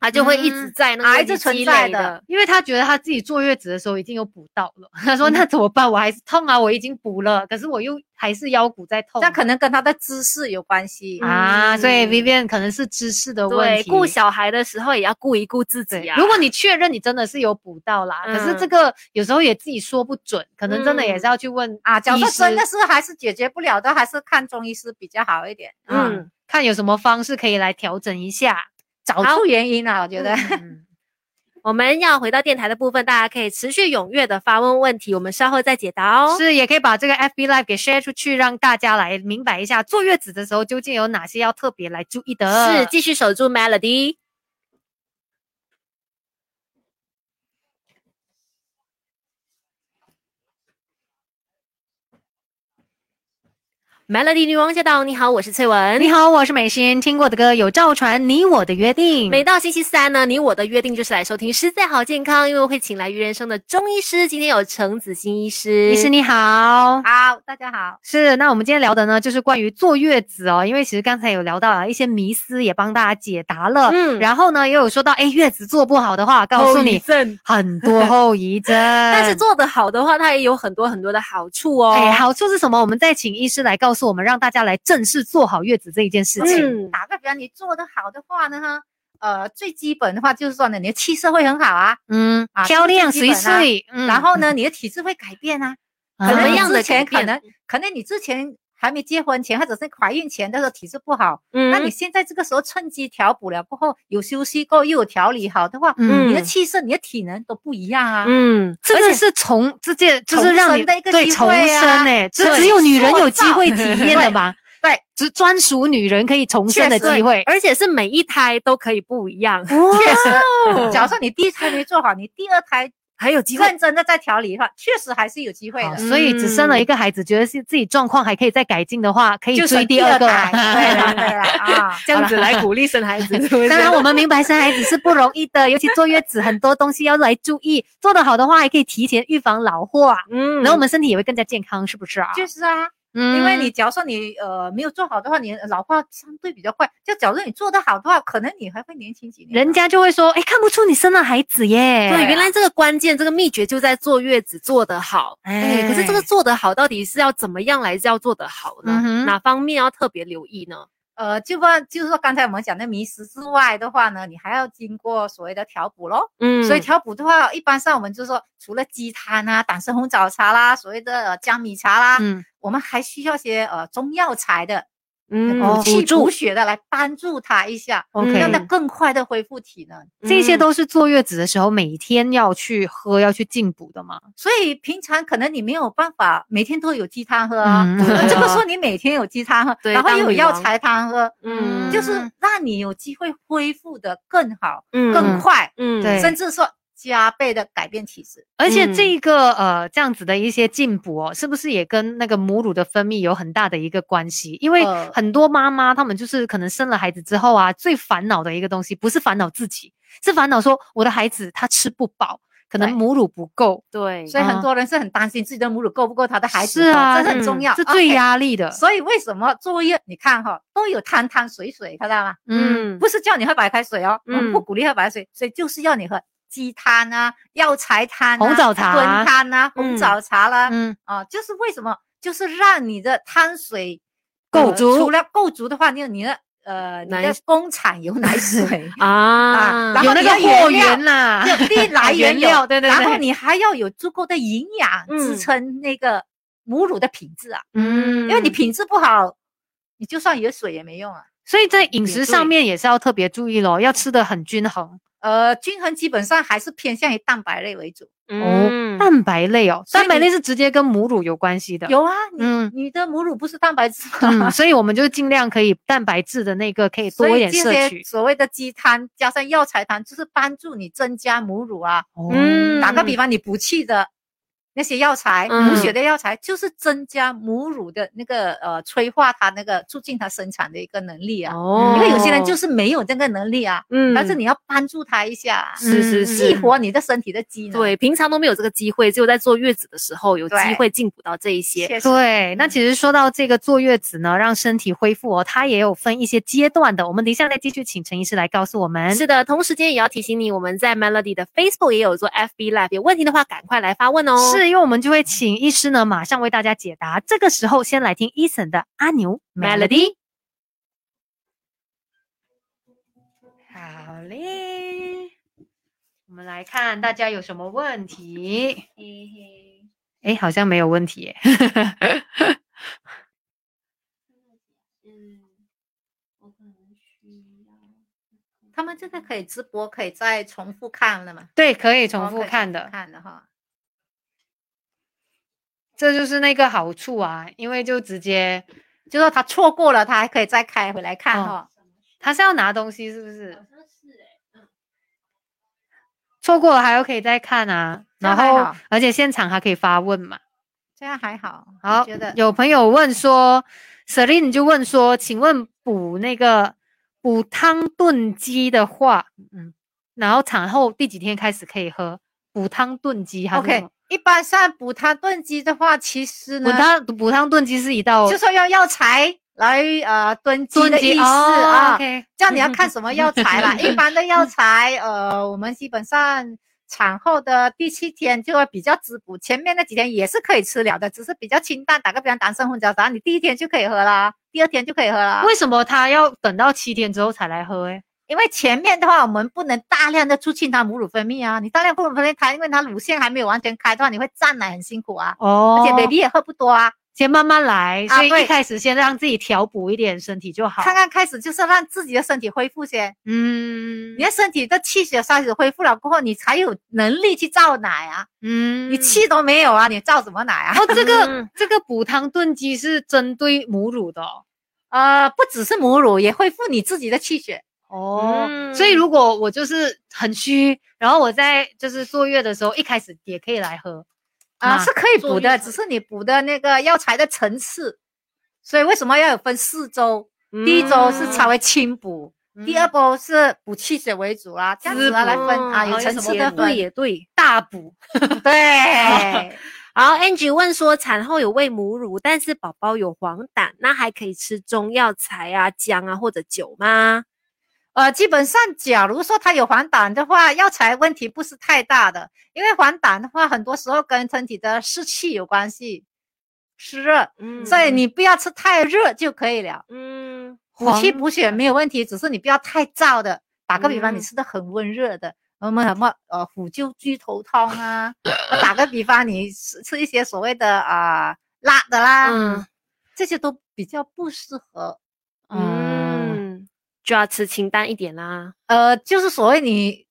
A: 它就会一直
B: 嗯
A: 在那个
C: 还
A: 问
C: 是
A: 题
C: 存
A: 积
C: 在
A: 累
C: 的
A: 的。
B: 因为她觉得她自己坐月子的时候已经有补到了， 她
C: 嗯
B: 说那怎么办？我还是痛啊，我已经补了，可是我又还是腰骨在痛
C: 这样可能跟他的姿势有关系。
B: 啊，所以
A: 嗯
B: Vivian 可能是姿势的问
A: 对，
B: 题，
A: 顾小孩的时候也要顾一顾自
B: 对
A: 己啊。
B: 如果你确认你真的是有补到啦，可是这
A: 嗯
B: 个有时候也自己说不准，可能真的也是
A: 嗯
B: 要去问
C: 啊，假如
B: 医
C: 说真
B: 师
C: 的是还是解决不了的，还是看中医师比较好一点，
B: 啊
A: 嗯
B: 看有什么方式可以来调整一下。
C: 找
A: 好
C: 出原因啊，我觉得。
B: 嗯
A: 我们要回到电台的部分，大家可以持续踊跃的发问问题，我们稍后再解答哦。
B: 是，也可以把这个 FB Live 给 share 出去，让大家来明白一下坐月子的时候究竟有哪些要特别来注意的。
A: 是，继续守住 Melody。 Melody 女王驾到！你好，我是翠文。
B: 你好，我是美心。听过的歌有赵传你我的约定，
A: 每到星期三呢，你我的约定就是来收听《实在好健康》，因为我会请来于人生的中医师，今天有程子欣医师。
B: 医师你好，
C: 好，大家好。
B: 是。那我们今天聊的呢，就是关于坐月子哦，因为其实刚才有聊到啊，一些迷思也帮大家解答了。
A: 嗯
B: 然后呢，也有说到，哎，月子做不好的话，告诉 你很多后遗症。
A: 但
B: 但
A: 是做得好的话，它也有很多很多的好处哦。
B: 嗯哎，好处是什么？我们再请医师来告诉我们，让大家来正式做好月子这一件事情。
A: 嗯，
C: 打个比方，你做得好的话呢，呃，最基本的话就是说呢，你的气色会很好啊，
B: 嗯，
C: 啊
B: 漂亮
C: 这是基
B: 随
C: 本啊
B: 睡，嗯
C: 然后呢，你的体质会改变啊。
B: 啊
C: 可
A: 怎
C: 能
A: 么
C: 你
A: 样的
C: 之前
A: 改
C: 可
A: 变
C: 能可能你之前还没结婚前，或者是怀孕前的时候体质不好，
A: 嗯
C: 那你现在这个时候趁机调补了，过后有休息够又有调理好的话，
B: 嗯
C: 你的气色、你的体能都不一样啊。
A: 嗯，
B: 这个是重这件就是让你
C: 重生的一个
B: 对
C: 机
B: 重
C: 会啊
B: 生哎、这
C: 对
B: 只有女人有机会
C: 塑
B: 体
C: 造
B: 验的吧？
C: 对，
B: 只专属女人可以重生的
C: 确实
B: 机会。
A: 而且是每一胎都可以不一样，
C: 确
B: 嗯
C: 实，假如说你第一胎没做好，你第二胎
A: 还有机会。，
C: 认真的再调理的话，确实还是有机会
B: 好
C: 的。
B: 哦所以只生了一个孩子，觉得是自己状况还可以再改进的话，可以
C: 就
B: 追
C: 生
B: 第
C: 二
B: 二个。
C: 胎对啦对啦啊
A: 这样子来鼓励生孩子，是不是
B: 当然，我们明白生孩子是不容易的，尤其坐月子，很多东西要来注意。做得好的话，还可以提前预防老化，
A: 嗯，
B: 然后我们身体也会更加健康，是不是啊？
C: 就是啊，
B: 嗯
C: 因为你假如说你呃没有做好的话，你老化相对比较快。就假如你做得好的话，可能你还会年轻几年。
B: 人家就会说，哎，看不出你生了孩子耶。
A: 对，原来这个关键，这个秘诀就在坐月子做得好。哎、可是这个做得好，到底是要怎么样来叫做得好呢？
B: 嗯哼
A: 哪方面要特别留意呢？
C: 呃，就不就是说刚才我们讲的迷失之外的话呢，你还要经过所谓的调补咯。
A: 嗯
C: 所以调补的话，一般上我们就说，除了鸡汤啊、党参红枣茶啦、所谓的呃江米茶啦，
B: 嗯，
C: 我们还需要些呃中药材的呃
A: 嗯
C: 补气
B: 助
C: 补血的来帮助他一下，
B: OK
C: 让他
A: 嗯
C: 更快的恢复体能。
B: 这些都是坐月子的时候每天要去喝、要去进补的嘛。
C: 所以平常可能你没有办法每天都有鸡汤喝啊，
B: 嗯
C: 呃这么
A: 对啊
C: 说你每天有鸡汤喝，
A: 对
C: 然后
A: 当
C: 又有
A: 女
C: 药
A: 王
C: 材汤喝，
A: 嗯
C: 就是
B: 嗯
C: 让你有机会恢复的更好、
A: 嗯
C: 更快，
A: 嗯
B: 对
C: 甚至说加倍的改变体质。
B: 而且
A: 嗯
B: 这个、呃这样子的一些进补哦，是不是也跟那个母乳的分泌有很大的一个关系？因为
C: 呃
B: 很多妈妈她们就是可能生了孩子之后啊，最烦恼的一个东西不是烦恼自己，是烦恼说我的孩子他吃不饱，可能
C: 对
B: 母乳不够，
A: 对，
C: 所以很
B: 啊
C: 多人是很担心自己的母乳够不够他的孩子
B: 是
C: 的，
B: 啊
C: 这
A: 嗯
C: 是很重要，
B: 这最
C: OK
B: 压力的。
C: 所以为什么坐月？你看哈、都有汤汤水水，看到吗？
B: 嗯，
A: 嗯
C: 不是叫你喝白开水哦，我们不
A: 嗯
C: 鼓励喝白开水，所以就是要你喝鸡汤啊、药材汤、啊、
B: 红枣茶
C: 炖汤啊、
A: 嗯
C: 红枣茶啦、
B: 嗯，
C: 啊，就是为什么？就是让你的汤水
B: 够
C: 呃
B: 足
C: 除了够足的话，那你的呃你
A: 奶
C: 的工厂有奶 水
A: 啊
C: 啊，然
B: 有
C: 后
B: 那
C: 你
B: 个
C: 要
B: 货
C: 料
B: 源啦，
C: 有 地来源有，
B: 料对对
C: 然后
B: 对
C: 你还要有足够的营养
A: 嗯
C: 支撑那个母乳的品质啊，
B: 嗯
C: 因为你品质不好，你就算有水也没用啊。
B: 所以在饮食
A: 也
B: 上
A: 对
B: 面也是要特别注意咯，要吃的很均衡
C: 呃，均衡基本上还是偏向于蛋白类为主。
A: 嗯
B: 哦。蛋白类哦，
C: 所以
B: 蛋白
C: 你
B: 类是直接跟母乳有关系的。
C: 有啊，你、
B: 嗯
C: 你的母乳不是蛋白质吗？
B: 嗯， 所以我们就尽量可以蛋白质的那个可以
C: 所
B: 多一
C: 以
B: 点摄
C: 这些
B: 取。
C: 所谓的鸡汤加上药材汤，就是帮助你增加母乳啊。
B: 哦
A: 嗯
C: 打个比方，你补气的那些药材，
A: 嗯
C: 补血的药材，就是增加母乳的那个呃催化它那个促进它生产的一个能力啊。
A: 哦，
C: 因为有些人就是是没有这个能力啊，
A: 嗯
C: 但是你要帮助他一下啊，
A: 是是是
B: 嗯
C: 激活你的身体的机能。
A: 对平常都没有这个机会，只有在坐月子的时候有机
C: 对
A: 会进补到这一些。
C: 确实，
B: 对，那其实说到这个坐月子呢，让身体恢复哦，它也有分一些阶段的。我们等一下再继续请陈医师来告诉我们。
A: 是的，同时间也要提醒你，我们在 Melody 的 Facebook 也有做 FB Live，有问题的话赶快来发问哦。
B: 是因为我们就会请医师呢，马上为大家解答。这个时候先来听 Eason 的阿牛
A: Melody。
B: 好嘞，我们来看大家有什么问题。
C: 嘿嘿
B: 哎，好像没有问题耶。 嗯
C: 他们这个可以直播，可以再重复看了嘛？
B: 对，可以重
C: 哦可以
B: 复看的，
C: 看的哈。
B: 这就是那个好处啊，因为就直接
C: 就说他错过了，他还可以再开回来看
B: 哦
C: 哈。
B: 他是要拿东西，是不是？好像是哎、错过了还有可以再看啊，
C: 这
B: 然
C: 样还
B: 后
C: 好
B: 而且现场还可以发问嘛。
C: 这样还好，我
B: 好
C: 觉得，
B: 有朋友问说， Selin 就问说，请问补那个补汤炖鸡的话，嗯，然后产后第几天开始可以喝？补汤炖鸡还是什
C: OK，
B: 么
C: 一般像补汤炖鸡的话，其实
B: 补
C: 呢，
B: 汤补汤炖鸡是一道
C: 就说要药材来呃炖鸡
B: 炖
C: 的意
B: 鸡
C: 思
B: 哦
C: 啊。
B: OK，
C: 这样你要看什么药 材啦，一般的药材，呃，我们基本上产后的第七天就会比较滋补，前面那几天也是可以吃了的，只是比较清淡。打个比方，丹参、红枣，然后你第一天就可以喝啦，第二天就可以喝啦。
B: 为什么他要等到七天之后才来喝、欸？
C: 因为前面的话，我们不能大量的促进它母乳分泌啊，你大量不能分泌它，因为它乳腺还没有完全开的话，你会胀奶很辛苦啊，
B: 哦
C: 而且 baby 也喝不多啊。
B: 先慢慢来，
C: 啊
B: 所以一
C: 对
B: 开始先让自己调补一点身体就好。
C: 刚刚开始就是让自己的身体恢复先，
B: 嗯
C: 你的身体的气血开始恢复了过后，你才有能力去造奶啊。
B: 嗯
C: 你气都没有啊，你造什么奶啊？
B: 哦，这个、
A: 嗯
B: 这个补汤炖鸡是针对母乳的哦。
C: 呃，不只是母乳，也恢复你自己的气血。
B: 哦
A: 嗯
B: 所以如果我就是很虚，然后我在就是坐月的时候，一开始也可以来喝。
C: 啊，
B: 啊
C: 是可以补
A: 坐月
C: 的，
A: 子
C: 只是你补的那个药材的层次。所以为什么要有分四周？
A: 嗯
C: 第一周是稍微轻补，
B: 嗯
C: 第二波是补气血为主啦，这样子啊来分啊，有层次的
A: 对
C: 分。
A: 也对。
B: 大补，
C: 对，
A: 好，Angie 问说，产后有喂母乳，但是宝宝有黄疸，那还可以吃中药材啊、姜啊或者酒吗？
C: 呃，基本上假如说他有黄疸的话，药材问题不是太大的，因为黄疸的话，很多时候跟身体的湿气有关系，湿热，
A: 嗯
C: 所以你不要吃太热就可以了。
A: 嗯
C: 补气
B: 黄
C: 补血没有问题，只是你不要太燥的。打个比方，
A: 嗯
C: 你吃的很温热的，我们什么呃虎臼鸡头汤啊，我打个比方，你吃吃一些所谓的啊、辣的啦，
A: 嗯
C: 这些都比较不适合。
B: 嗯，
A: 嗯，就要吃清淡一点啦。
C: 呃，就是所谓你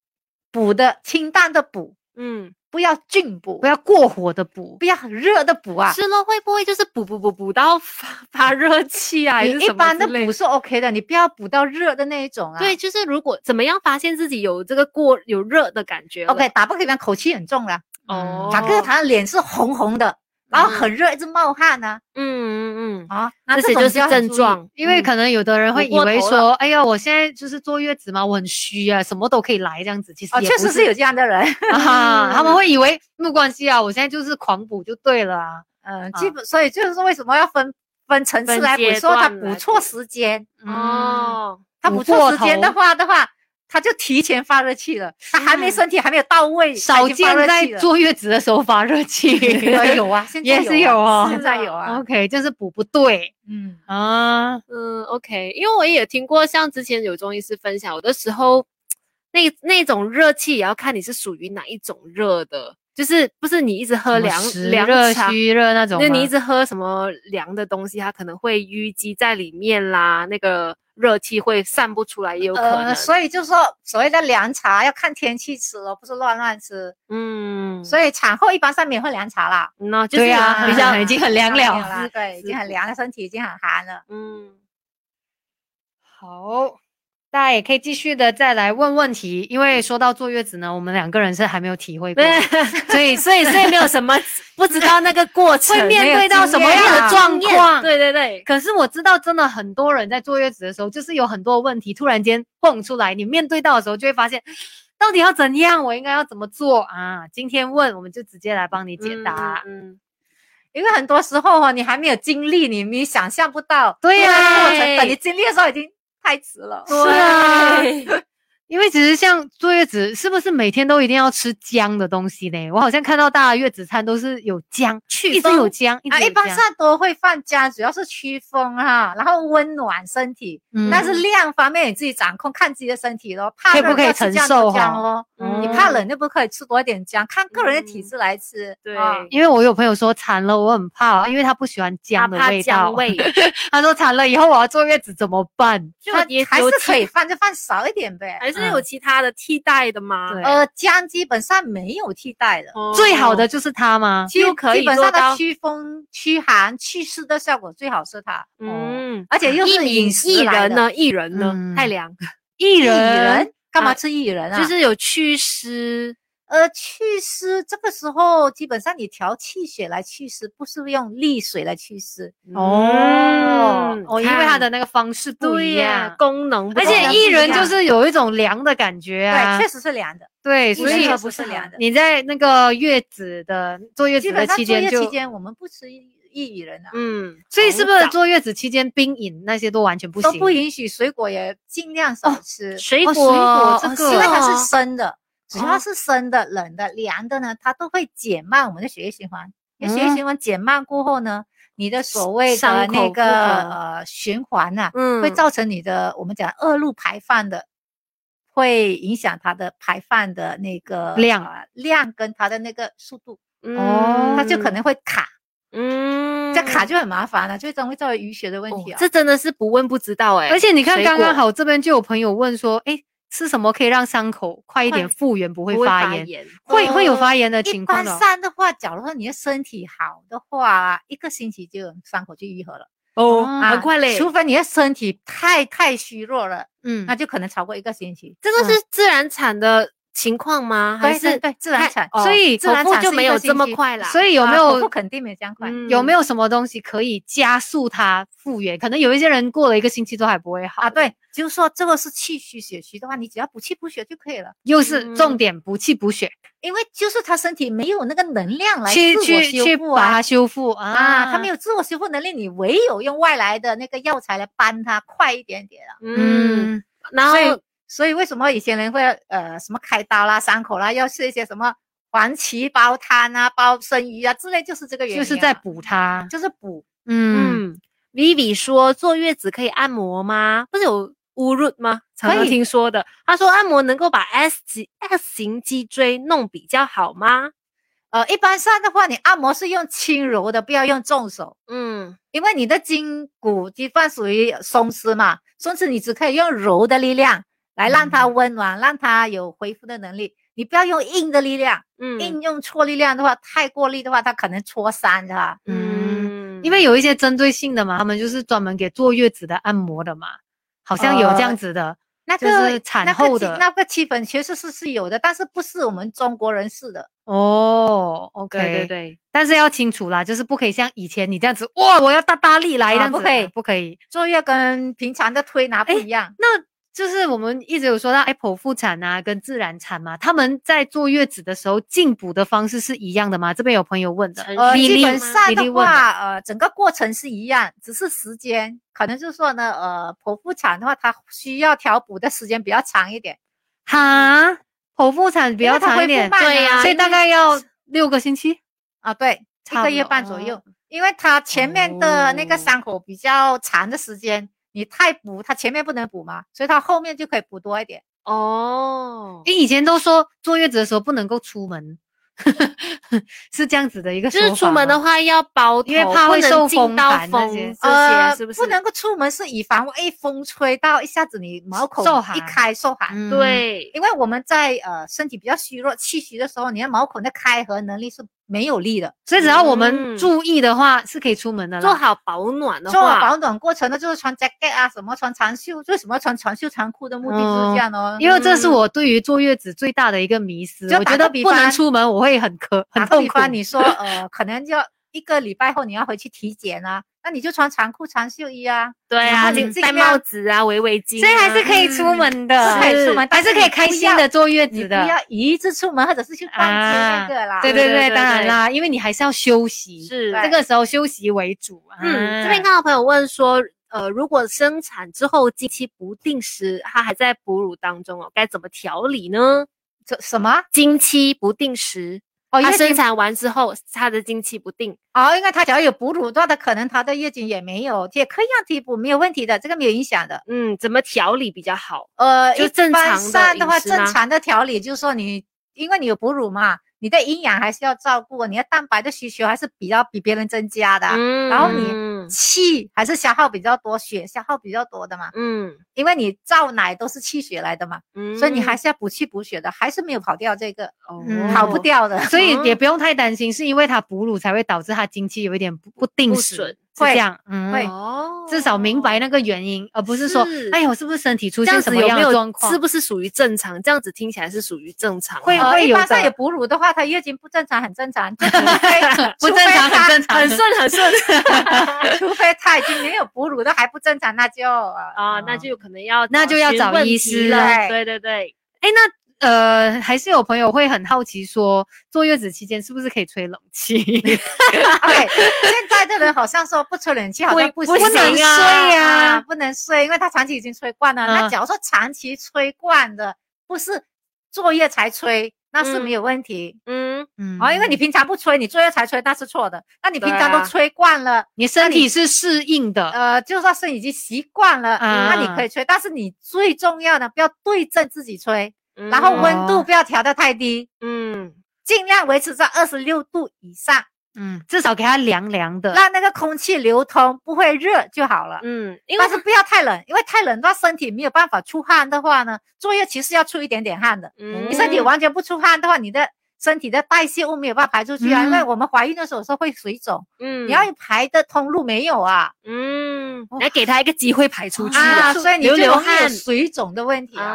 C: 补的清淡的补，
A: 嗯，
C: 不要峻补，
B: 不要过火的补。
C: 不要很热的补啊。
A: 吃了会不会就是补补补补到发 发热气啊？还
C: 你
A: 是
C: 一
A: 什么
C: 般的
A: 之类
C: 补是 OK 的，你不要补到热的那一种啊。
A: 对，就是如果怎么样发现自己有这个过有热的感觉了
C: ，OK，打个比方，口气很重了，
A: 哦，
C: 打个他的脸是红红的，然后很热，一直冒汗呢、
A: 嗯嗯嗯，
C: 啊，那
A: 这些
C: 种
A: 就是
C: 要很
A: 症
C: 注意。
A: 状，
B: 因为
A: 嗯
B: 可能有的人会
A: 补
B: 以
A: 过
B: 为
A: 头
B: 说，哎呀，我现在就是坐月子嘛，我很虚啊，什么都可以来这样子。啊其实
C: 哦，
B: 也
C: 确
B: 不
C: 实是有这样 的人。
B: 啊，他们会以为没有关系啊，我现在就是狂补就对了啊。
C: 嗯，
B: 啊
C: 基本所以就是说为什么要分分层次
A: 分
C: 来补
A: 阶，
C: 说他
A: 段
C: 补
A: 来
C: 错
A: 补
C: 时间，嗯
A: 哦，
C: 他
B: 补
C: 补错
B: 过
C: 时间的
B: 头
C: 话的话，他就提前发热气了，他还没
A: 嗯
C: 身体还没有到位，他
B: 少
C: 已经发
B: 见
C: 热
B: 在
C: 气了
B: 坐月子的时候发热 气。
C: 对有啊，现在
B: 也是有
C: 啊
B: 哦
C: 现在 有啊，
B: OK，就是补不对
C: 嗯，
B: 啊。
A: 嗯，OK，因为我也听过，像之前有中医师分享，有的时候那那种热气也要看你是属于哪一种热的，就是不是你一直喝
B: 什么
A: 凉
B: 湿
A: 凉
B: 热、
A: 茶，
B: 虚热那种吗，
A: 那你一直喝什么凉的东西，它可能会淤积在里面啦，那个热气会散不出来，也有可能。
C: 呃，所以就是说所谓的凉茶要看天气吃哦，不是乱乱吃，
A: 嗯，
C: 所以产后一般上面会凉茶啦，
A: 那就是
B: 对啊，
A: 比
B: 比
A: 较
B: 较已经很凉
C: 上面有
B: 了。
C: 啦，对，已经很凉了，身体已经很寒了。
A: 嗯
B: 好，大家也可以继续的再来问问题，因为说到坐月子呢，我们两个人是还没有体会 过的， 所以
A: 所以所以没有什 么不知道那个过程
B: 会面对到什么样的状
A: 没有经验
B: 况。
A: 对对对，
B: 可是我知道，真的很多人在坐月子的时候，就是有很多问题突然间蹦出来，你面对到的时候就会发现，到底要怎样，我应该要怎么做啊？今天问，我们就直接来帮你解答。
A: 嗯。嗯
C: 因为很多时候哦，你还没有经历，你你想象不到
B: 对
C: 那个
B: 呀
C: 过程，等你经历的时候已经太迟了。
B: 是啊， 因为其实像坐月子，是不是每天都一定要吃姜的东西呢？我好像看到大家月子餐都是有姜，一直
C: 风
B: 有姜，
C: 啊，
B: 直
C: 一
B: 有
C: 般
B: 姜
C: 上都会放姜，主要是驱风哈、然后温暖身体。
B: 嗯
C: 但是量方面你自己掌控，看自己的身体咯。怕
B: 可以
C: 热
B: 不可以
C: 要吃
B: 承
C: 姜
B: 受
C: 多姜
B: 哈
C: 咯，
A: 嗯
C: 你怕冷就不可以吃多一点姜，看个人的体
A: 嗯
C: 质来吃。
A: 对
C: 啊
B: 因为我有朋友说馋了，我很怕，啊因为他不喜欢
A: 他
B: 姜的
A: 怕
B: 味道
A: 姜。 味，
B: 他说馋了以后我要坐月子怎么办？
A: 就
C: 它
A: 也
C: 还
A: 有
C: 是可
A: 其
C: 以放，就放少一点呗。
A: 还是有其他的替代的吗？
B: 对
C: 呃，姜基本上没有替代的，
A: 哦
B: 最好的就是它吗？
C: 基
A: 就可以
C: 基本
A: 做
C: 上
A: 到
C: 它驱风、驱寒、祛湿的效果最好是它。哦
A: 嗯，
C: 而且又
A: 薏
C: 是
A: 米
C: 饮
A: 薏
C: 食来
A: 仁
C: 的？
A: 呢？薏仁呢
B: 嗯？
A: 太凉，
B: 薏
C: 薏仁
B: 仁，
C: 干
A: 啊
C: 嘛吃薏仁啊？
A: 就是有祛湿
C: 呃，祛湿这个时候基本上你调气血来祛湿，不是用利水来祛湿。
B: 哦
A: 嗯
B: 哦，因为它的那个方式不
A: 对
B: 一
A: 呀、
B: 样，
A: 功能不
B: 而
A: 同，
B: 且薏仁就是有一种凉的感觉啊
C: 对，，确实是凉的，
B: 对，所
C: 薏
B: 以
C: 仁它不是啊凉的。
B: 你在那个月子的坐月
C: 基
B: 子
C: 本
B: 的
C: 上
B: 期
C: 坐
B: 间
C: 月
B: 就
C: 期，间我们不吃薏苡仁的，
A: 嗯，
B: 所以是不是
A: 红枣
B: 坐月子期间冰饮那些都完全不行？
C: 都不允许，水果也尽量少吃。
A: 水果、
B: 哦水果这
A: 哦
B: 个
C: 因为它
A: 哦
C: 是生的，只
B: 哦
C: 要是生的、冷的、凉的呢，它都会减慢我们的血液循环。因为血液循环减慢过后呢，你的所谓的
A: 伤口
C: 那
A: 不
C: 个
A: 好
C: 呃循环呐、
A: 嗯
C: 会造成你的我们讲恶露排放的，会影响它的排放的那个
B: 量
C: 呃量跟它的那个速度，
B: 哦
C: 它就可能会卡，
A: 嗯
C: 这卡就很麻烦了，最终会造成淤血的问
A: 哦
C: 题啊。
A: 这真的是不问不知道哎、
B: 而且你看，
A: 水
B: 刚刚
A: 果
B: 好这边就有朋友问说，哎，吃什么可以让伤口快一点
A: 快
B: 复原，不
A: 不
B: 会
A: 会
B: 发炎？会会有
A: 嗯
B: 发炎的
C: 一
B: 情况
C: 般
B: 的
C: 上的话，假如说你的身体好的话，一个星期就伤口就愈合了。
A: 哦，
B: 啊
A: 很快嘞，
C: 除非你的身体太太虚弱了，
B: 嗯
C: 那，就可能超过一个星期。
A: 这个是自然产的情况吗？还
C: 对对
A: 是
C: 对自然
A: 看
C: 产
A: 哦
B: 所以
A: 自然
C: 剖腹
A: 产
C: 就
A: 就
C: 是
A: 没
C: 一个
A: 有这
C: 星
A: 么
C: 期
A: 快啦。嗯
B: 所以有
C: 啊
B: 没
C: 剖腹
B: 有嗯
C: 肯定没有这样快？
B: 有没
A: 有
B: 有什么东西可以加速它复原？可能有一些人过了一个星期都还不会好
C: 啊，，对，就是说这个是气虚血虚的话，你只要补气补血就可以了，
B: 又是
A: 嗯
B: 重点补气补血，
C: 因为就是他身体没有那个能量来
B: 去
C: 自我
B: 去去
C: 修复
B: 把
C: 啊
B: 它修复啊
C: 啊，他没有自我修复能力，你唯有用外来的那个药材来帮他快一点点啊。
A: 嗯，
B: 嗯，
A: 然后
C: 所以所以为什么以前人会呃什么开刀啦、伤口啦，要吃一些什么黄芪煲汤啊、煲生鱼啊之类，就是这个原因、
B: 就
C: 啊，
B: 是在补它，
C: 就是补
B: 嗯。
A: 嗯，Vivi 说坐月子可以按摩吗？不是有乌润吗？常常
B: 可以
A: 听说的。他说按摩能够把 S 级 S 型脊椎弄比较好吗？
C: 呃，一般上的话，你按摩是用轻柔的，不要用重手，
A: 嗯，
C: 因为你的筋骨基本上属于松弛嘛，松弛你只可以用柔的力量来让
B: 嗯
C: 它温暖，让它有恢复的能力。你不要用硬的力量，
A: 嗯
C: 硬用错力量的话，太过力的话，它可能挫伤的。啊
A: 嗯，
B: 因为有一些针对性的嘛，他们就是专门给坐月子的按摩的嘛，好像有这样子的，
C: 呃那
B: 就
C: 个、
B: 是产
C: 那个
B: 后
C: 气
B: 的
C: 那个气氛确实是是有的，但是不是我们中国人式的。
B: 哦，OK，
A: 对对对，
B: 但是要清楚啦，就是不可以像以前你这样子，哇，我要大大力来、
C: 啊
B: 这样子，
C: 不可以
B: 不可以。
C: 坐月跟平常的推拿不一样，
B: 就是我们一直有说到，哎，剖腹产啊，跟自然产嘛，他们在坐月子的时候进补的方式是一样的吗？这边有朋友问的，
A: 程
C: 呃，
A: 序
B: 莉
C: 基
B: 莉
C: 本
A: 吗
C: 上
B: 莉莉
C: 的
B: 问的
C: 话，呃，整个过程是一样，只是时间可能就是说呢，呃，剖腹产的话，它需要调补的时间比较长一点，
B: 哈，剖腹产比
C: 因为
B: 较
C: 它
B: 长
C: 恢
B: 一
C: 复
B: 点，
C: 慢啊
A: 对呀
B: 所以
C: 因
B: 大
C: 为
B: 概要六个星期，
C: 啊，对，一
B: 差不
C: 个月
B: 多哦
C: 半左右，因为它前面的那个
A: 哦
C: 伤口比较长的时间，你太补，它前面不能补嘛，所以它后面就可以补多一点。
A: 哦，
B: 你以前都说坐月子的时候不能够出门， 是这样子的一个
A: 就
B: 说
A: 是出门的
B: 话
A: 话要包头，
B: 因为怕
A: 不
B: 会
A: 能
B: 受
A: 进
B: 风
A: 到
B: 寒那
A: 风
B: 些
A: 这些，是不是？
C: 呃能够出门，是以防万一风吹到一下子你毛孔
B: 受
C: 一
B: 寒
C: 开受
B: 吗，
C: 寒。
B: 嗯，
A: 对，
C: 因为我们在呃身体比较虚弱、气虚的时候，你的毛孔的开合能力是没有力的。
B: 所以只要我们
A: 嗯
B: 注意的话，是可以出门的啦。
A: 做好保暖的
C: 做
A: 话，
C: 保暖过程呢，就是穿 jacket 啊，什么穿长袖，为什么穿长袖长裤的目的就是这样哦。
B: 因为这是
A: 嗯
B: 我对于坐月子最大的一个迷思，
C: 就
B: 我
C: 打
B: 觉
C: 个
B: 得
C: 比
B: 不能
C: 方
B: 出门，我会很咳，很
C: 打个
B: 痛
C: 比
B: 苦。
C: 方，你说呃，可能要一个礼拜后你要回去体检啊，那你就穿长裤长袖衣啊，
A: 对啊，
B: 嗯
A: 就
C: 尽
A: 戴
C: 量
A: 帽子啊，围围巾啊，
B: 所以还是可以出门的，
C: 嗯是可以出门
B: 还
C: 但
B: 是
C: 是
B: 可以
C: 你
B: 开
C: 不
B: 心
C: 要
B: 的坐月
C: 你
B: 子
C: 不
B: 的。
C: 要一直出门或者是去逛街
B: 啊
C: 那个啦。
B: 对
A: 对
B: 对
A: 对
B: 对，
A: 对
B: 当然
A: 对
B: 啦，因为你还是要休息，
A: 是
B: 这个时候休息为主。啊
A: 嗯，这边看
B: 看
A: 到朋友问说，呃，如果生产之后经期不定时，她还在哺乳当中哦，该怎么调理呢？
C: 这什么？
A: 经期不定时，
C: 哦，
A: 她
C: 月
A: 生
C: 经
A: 产完之后，她的经期不定，
C: 哦，因为他只要有哺乳段的，可能他的月经也没有，也可以让体补，没有问题的，这个没有影响的。
A: 嗯，怎么调理比较好？
C: 呃，
A: 就
C: 一
A: 正
C: 般
A: 常的
C: 上
A: 饮
C: 话，
A: 食
C: 正
A: 吗
C: 常的调理就是说你，因为你有哺乳嘛，你的营养还是要照顾，你的蛋白的需求还是比较比别人增加的，
A: 嗯
C: 啊然后你
A: 嗯
C: 气还是消耗比较多，血消耗比较多的嘛，
A: 嗯
C: 因为你造奶都是气血来的嘛，
A: 嗯
C: 所以你还是要补气补血的，还是没有跑掉这个，
B: 嗯
C: 跑不。掉的。
B: 所以也
A: 嗯
B: 不用太担心，是因为她哺乳才会导致她经期有一点不不定
A: 不
B: 时
A: 准，
B: 是这样，嗯，
C: 会
A: 哦
B: 至少明白那个原因，而不是说，
A: 是
B: 哎呀，我是不是身体出
A: 这
B: 现
A: 样
B: 什
A: 子
B: 么
A: 有
B: 样
A: 没
B: 的
A: 有
B: 状况？
A: 是不是属于正常？这样子听起来是属于正常吗，
B: 会
C: 呃，一
B: 有
C: 般
B: 的
C: 上有哺乳的话，它月经不正常很 正常，就除非
B: 不正常，很正常，
A: 很顺很顺
C: 除非他已经没有哺乳的还不正常，那就呃
A: 啊，那就有可能要
B: 那就要
A: 询
B: 找
A: 问
B: 医
A: 题
B: 师
A: 了，
C: 了
A: 对对对，
B: 哎，那呃，还是有朋友会很好奇说，坐月子期间是不是可以吹冷气？
C: 对。现在的人好像说不吹冷气好像
A: 不
C: 行
A: 不能
C: 能
A: 睡
C: 睡
A: 啊
C: 啊，不能睡，因为他长期已经吹惯了。
B: 嗯
C: 那假如说长期吹惯的，不是作业才吹，那是没有问题
A: 嗯，
B: 嗯
C: 哦，因为你平常不吹，你作业才吹，那是错的。那你平常
A: 对啊
C: 都吹惯了，
B: 你身体是适应的，
C: 呃，就算是已经习惯
A: 嗯
C: 了，那你
B: 啊
C: 可以吹，但是你最重要的不要对症自己吹，
A: 嗯
C: 然后温
B: 哦
C: 度不要调得太低，
A: 嗯
C: 尽量维持在二十六度以上。
B: 嗯，至少给它凉凉的。
C: 让那个空气流通，不会热就好了。
A: 嗯，因为
C: 但是不要太冷，因为太冷的话，身体没有办法出汗的话呢，坐月其实要出一点点汗的。
A: 嗯
C: 你身体完全不出汗的话，你的身体的代谢物没有办法排出去啊。因为
B: 嗯
C: 我们怀孕的时候说会水肿，
A: 嗯
C: 你要排的通路没有啊
A: 嗯，来给他一个机会排出去
C: 啊，所以你
A: 流
C: 就
A: 流
C: 容易有
A: 汗
C: 水肿的问题啊。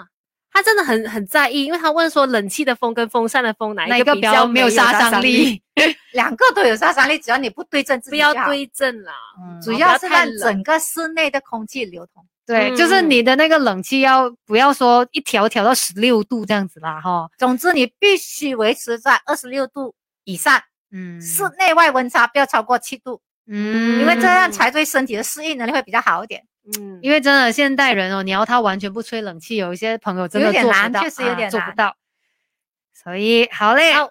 A: 啊。他真的很很在意，因为他问说冷气的风跟风扇的风哪
B: 那
A: 一
B: 一个
A: 个
B: 比
A: 较
B: 较没有
A: 杀
B: 杀伤
A: 力， 啊
B: 力，
C: 两个都有杀伤力，只要你不对症自
A: 不
C: 己就好
A: 要，对症啦。
B: 嗯
C: 主
A: 不
C: 要
A: 要
C: 是
A: 太
C: 让
A: 冷
C: 整个室内的空气流通。
B: 对，就是
C: 嗯
B: 你的那个冷气要不要说一调调到十六度这样子啦，哈，
C: 总之，你必须维持在二十六度以上。
B: 嗯，
C: 室内外温差不要超过七度，
B: 嗯，
C: 因为这样
A: 嗯
C: 才对身体的适应能力会比较好一点。
A: 嗯，
B: 因为真的现代人哦，你要他完全不吹冷气，有一些朋友真的
C: 有点
B: 做不
C: 难
B: 到，
C: 确实有
B: 啊
C: 点
B: 做不
C: 难
B: 到。所以好嘞，
A: 好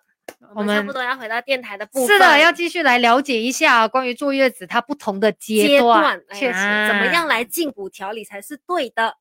B: 我
A: 差
B: 们
A: 不多要回到电台的部分。
B: 是的，要继续来了解一下关于坐月子它不同的阶
A: 阶
B: 段。
A: 段，哎
B: 确
A: 呀
B: 实
A: 怎么样
C: 啊
A: 来进补调理才是对的？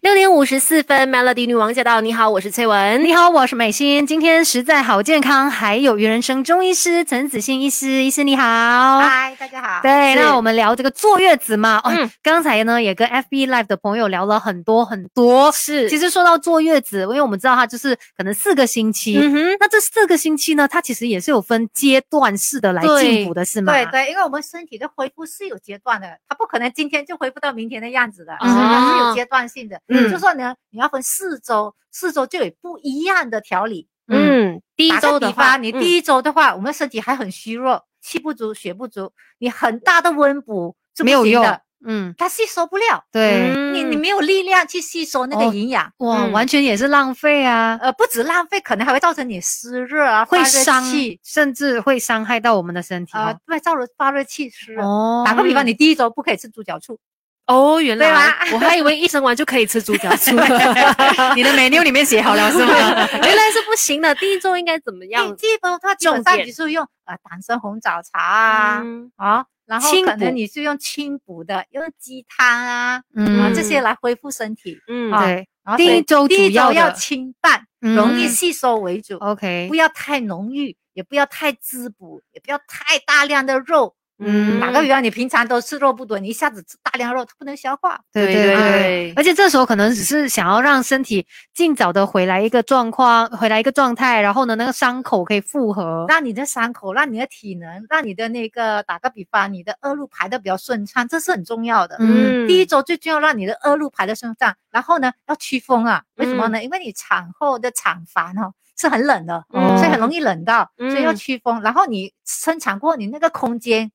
A: 六点五十四分，Melody 女王驾到！你好，我是崔文。
B: 你好，我是美心。今天实在好健康，还有于人生中医师陈子欣医师，医师你好。
C: 嗨，大家好。
B: 哦对，
A: 是
B: 那我们聊这个坐月子嘛，哦，
A: 嗯
B: 刚才呢也跟 FB Live 的朋友聊了很多很多。
A: 是
B: 其实说到坐月子，因为我们知道它就是可能四个星期，
A: 嗯哼，
B: 那这四个星期呢，它其实也是有分阶段式的来进补的，是吗？
C: 对对，因为我们身体的恢复是有阶段的，它不可能今天就恢复到明天的样子的，
A: 嗯
C: 它是
A: 哦
C: 有阶段性的。
B: 嗯
C: 就说呢，你要分四周，四周就有不一样的调理。
B: 嗯
A: 嗯，第一
C: 打
A: 周
C: 个
A: 的
C: 比
A: 话，
C: 方，你
A: 嗯
C: 第一周的话，我们身体还很虚弱，气不足、血不足，你很大的温补是不
B: 没有
C: 行
B: 用
C: 的，
B: 嗯，
C: 它吸收不了，
B: 对，
A: 嗯
C: 你你没有力量去吸收那
B: 哦
C: 个营养。
B: 哇，
A: 嗯
B: 完全也是浪费啊，
C: 呃，不止浪费，可能还会造成你湿热啊，
B: 会
C: 发热
B: 伤
C: 气，
B: 甚至会伤害到我们的身体
C: 呃
B: 哦。，
C: 会造成发热气湿。啊
B: 哦
C: 呃打个比方，你第一周不可以吃猪脚醋，
A: 哦，原
C: 对
A: 来
C: 吧
A: 我还以为一生完就可以吃猪脚醋，
B: 你的 menu 里面写好了 是吗？
A: 原来是不行的。第一周应该怎么样
C: 第？第一周它基本
A: 重
C: 上
A: 点
C: 就是用呃党参红枣茶啊，
A: 嗯
C: 啊，然后
B: 清
C: 可
B: 补
C: 能你是用清补的，用鸡汤啊啊
B: 嗯
A: 嗯，
C: 这些来恢复身体。
A: 嗯，
C: 啊
B: 对，
C: 然后
B: 第
C: 所
B: 一
C: 以
B: 周
C: 第
B: 主
C: 一周
B: 要
C: 要
B: 的
C: 清淡，容易
B: 嗯
C: 吸收为主，
B: OK
C: 不。要太浓郁，也不要太滋补，也不要太大量的肉。
A: 嗯
C: 打个比方，你平常都吃肉不多，你一下子吃大量肉，它不能消化。
B: 对
A: 对
B: 对
A: 对对
B: 对，而且这时候可能只是想要让身体尽早的回来一个状况，回来一个状态，然后呢，那个伤口可以复合。
C: 让你的伤口，让你的体能，让你的那个，打个比方，你的恶露排的比较顺畅，这是很重要的。
B: 嗯
C: 第一周最重要让你的恶露排的顺畅，然后呢要驱风啊，为什么呢？因为你产后的产房哦是很冷的，
A: 嗯
C: 所以很容易冷到，所以要
A: 嗯
C: 驱风。然后你生产过后，你那个空间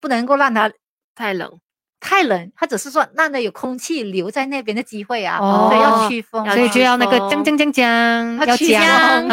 C: 不能够让它
A: 太冷，
C: 太冷，它只是说让它有空气留在那边的机会啊，
B: 哦
C: 所以要驱风啊，
A: 要
B: 所以就要那个
A: 哦
B: 将将将将，
C: 要
B: 要
C: 去
B: 讲
C: 香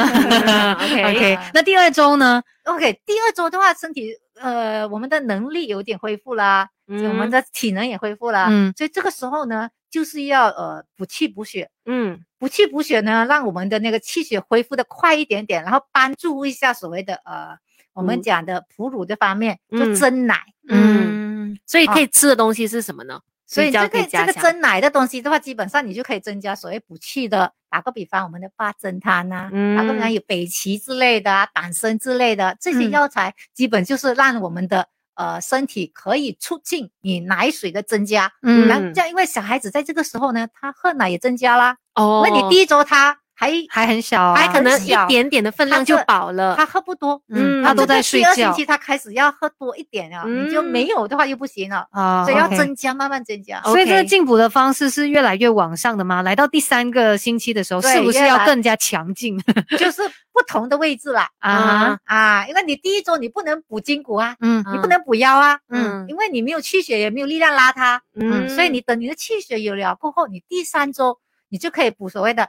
A: OK
B: OK，那第二周呢？
C: OK，第二周的话，身体呃，我们的能力有点恢复啦，
A: 嗯
C: 我们的体能也恢复啦，
B: 嗯
C: 所以这个时候呢，就是要呃补气补血，
A: 嗯
C: 补气补血呢，让我们的那个气血恢复的快一点点，然后帮助一下所谓的呃我
A: 嗯
C: 们讲的哺乳的方面，
A: 嗯
C: 就蒸奶，
B: 嗯
A: 嗯，所以可以吃的东西是什么呢？
C: 所以
A: 比较
C: 这
A: 可以
C: 个
A: 加
C: 这个
A: 强
C: 蒸奶的东西的话，基本上你就可以增加所谓补气的。打个比方，我们的八珍汤啊呐、打个比方
A: 嗯
C: 有北芪之类的啊、党参之类的这些
B: 嗯
C: 药材，基本就是让我们的呃身体可以促进你奶水的增加。
B: 嗯
C: 然后这样，因为小孩子在这个时候呢，他喝奶也增加啦。
A: 哦，
C: 那你第一周他还
B: 还很小啊，
C: 还
A: 可能
C: 很
A: 一
C: 小
A: 点点的分量
C: 它
A: 就
C: 这
A: 饱了，
C: 他喝不多，
A: 嗯
B: 嗯，
A: 它
B: 他
A: 这
B: 都
A: 个
B: 在睡
C: 第二
B: 觉
C: 星期他开始要喝多一点了，你就没有的话又不行了，
B: 啊，
C: 所以要
B: OK
C: 增加，慢慢增加。
B: 所以这个
A: OK
B: 进补的方式是越来越往上的吗？来到第三个星期的时候，
C: 对
B: 是不是
C: 越
B: 要
C: 来
B: 更加强劲
C: 就是不同的位置啦。
B: 啊？
C: 啊，因为你第一周你不能补筋骨啊，
B: 嗯
C: 你不能补腰啊，
A: 嗯
C: 因为你没有气血，也没有力量拉它，
A: 嗯
C: 所以你等你的气血有了过后，你第三周你就可以补所谓的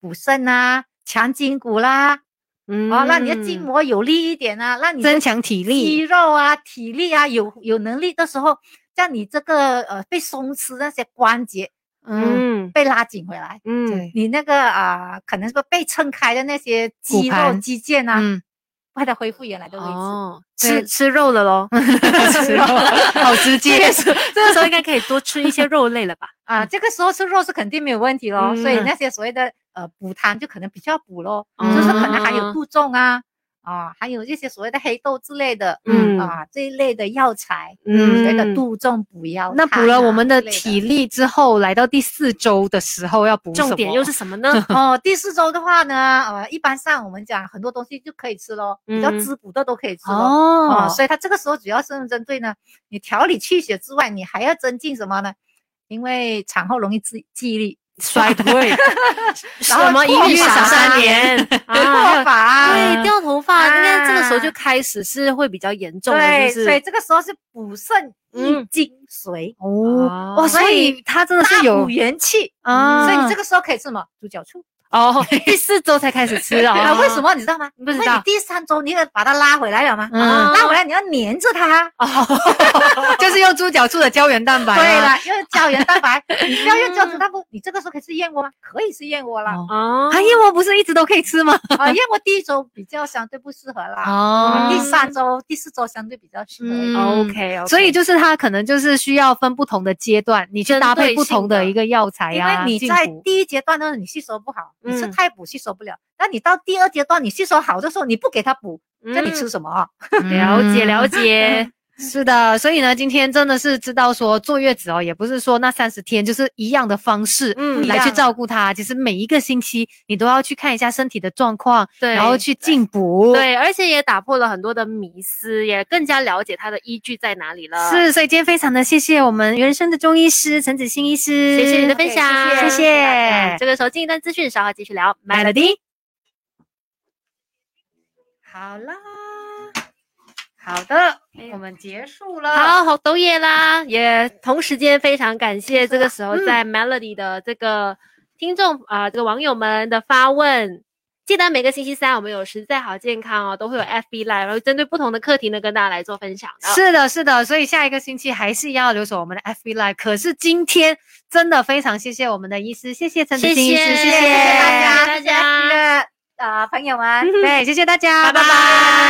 C: 补肾啊、强筋骨啦，
A: 嗯
C: 啊，让你的筋膜有力一点啊，让你的
B: 增强体
C: 肌
B: 力，
C: 肉啊、体力啊有有能力的时候，让你这个呃被松弛那些关节
B: 嗯，
A: 嗯
C: 被拉紧回来，
A: 嗯
B: 对
C: 你那个啊、可能说被撑开的那些
B: 骨
C: 肌肉
B: 盘
C: 肌腱啊，
B: 嗯，
C: 把它恢复原来的位置。
A: 哦，
B: 对
A: 吃吃肉了 喽，
B: 好直接，
A: 这个时候应该可以多吃一些肉类了吧？
C: 啊，这个时候吃肉是肯定没有问题咯，所以
B: 嗯哦
C: 那些所谓的呃补汤就可能比较补咯，就是可能还有
A: 嗯
C: 杜仲啊，啊，还有一些所谓的黑豆之类的，
A: 嗯
C: 啊这一类的药材，
A: 嗯
C: 所谓的杜仲补药
B: 那
C: 汤
B: 补了
C: 啊
B: 我们的
C: 之类
B: 体力之后，来到第四周的时候要补什么
A: 重点又是什么呢？
C: 哦，第四周的话呢，呃，一般上我们讲很多东西就可以吃咯，比较
A: 嗯
C: 滋补的都可以吃咯。
B: 哦
C: 哦，，所以它这个时候主要是针对呢，你调理气血之外，你还要增进什么呢？因为产后容易记记忆力，
A: 衰退， 什
C: 然后
A: 么一
C: 过
A: 孕傻
C: 法
A: 三年
C: 做
A: 啊？
C: 法啊
A: 对，掉头发，应该这个时候就
C: 啊
A: 开始是会比较严重的，
C: 对，
A: 是不
C: 所以
A: 是？
C: 这个时候是补肾益
A: 嗯
C: 精髓，
B: 哦，
A: 哦
B: 哇，所以它真的是
C: 大
B: 有
C: 补元气。
B: 啊，
C: 所以你这个时候可以吃什么？猪脚醋
B: 哦，第四周才开始吃哦，
C: 啊？为什么你知道吗？
A: 你不知
C: 因为
A: 道
C: 你第三周你也把它拉回来了吗？
B: 嗯，
C: 拉回来你要黏着它。啊
B: 就是用猪脚醋的胶原蛋白，啊
C: 对，了，因为胶原蛋白，你不要用胶原蛋白，你这个时候可以吃燕窝吗？可以吃燕窝啦。
A: 哦
B: 啊，燕窝不是一直都可以吃吗？
C: 啊，燕窝第一周比较相对不适合啦，嗯
B: 哦
C: 第三周、第四周相对比较适合一点。
B: 嗯
A: OK，
B: 所以就是它可能就是需要分不同的阶段，你去搭配不同的一个药材
C: 因
B: 哎呀、
C: 为你
B: 进
C: 在
B: 补
C: 第一阶段呢，你吸收不好，你吃
A: 嗯
C: 太补吸收不了。那你到第二阶段，你吸收好的时候，你不给它补，那
A: 嗯
C: 你吃什么啊？
A: 了解了
B: 解。
A: 解，
B: 是的，所以呢，今天真的是知道说坐月子哦，也不是说那三十天就是一样的方式，
A: 嗯
B: 嗯，来去
C: 一样
B: 照顾它。其实每一个星期你都要去看一下身体的状况，
A: 对，
B: 然后去进补。。
A: 对，而且也打破了很多的迷思，也更加了解它的依据在哪里了。，
B: 是，所以今天非常的谢谢我们原生的中医师陈子欣医师，
A: 谢谢你的分
C: OK，
A: 享，
B: 谢谢
A: 嗯这个时候进一段资讯，稍后继续聊。买了
B: Melody。
C: 好啦，好的
B: 哎，
C: 我们结束了。
A: 好，好抖野啦，也同时间非常感谢这个时候
B: 嗯
A: 在 Melody 的这个听众啊、这个网友们的发问。记得每个星期三我们有实在好健康哦，都会有 FB Live，然后针对不同的课题呢跟大家来做分享的。
B: 是的，是的，所以下一个星期还是一样要留守我们的 FB Live。可是今天真的非常谢谢我们的医师，谢谢陈子
A: 谢
B: 欣医师，
A: 谢
B: 谢
C: 谢谢大
A: 大
C: 家，谢谢
A: 家
C: FB 的呃朋友们。
B: 对，谢谢大
A: 拜
B: 家，
A: 拜
B: 拜拜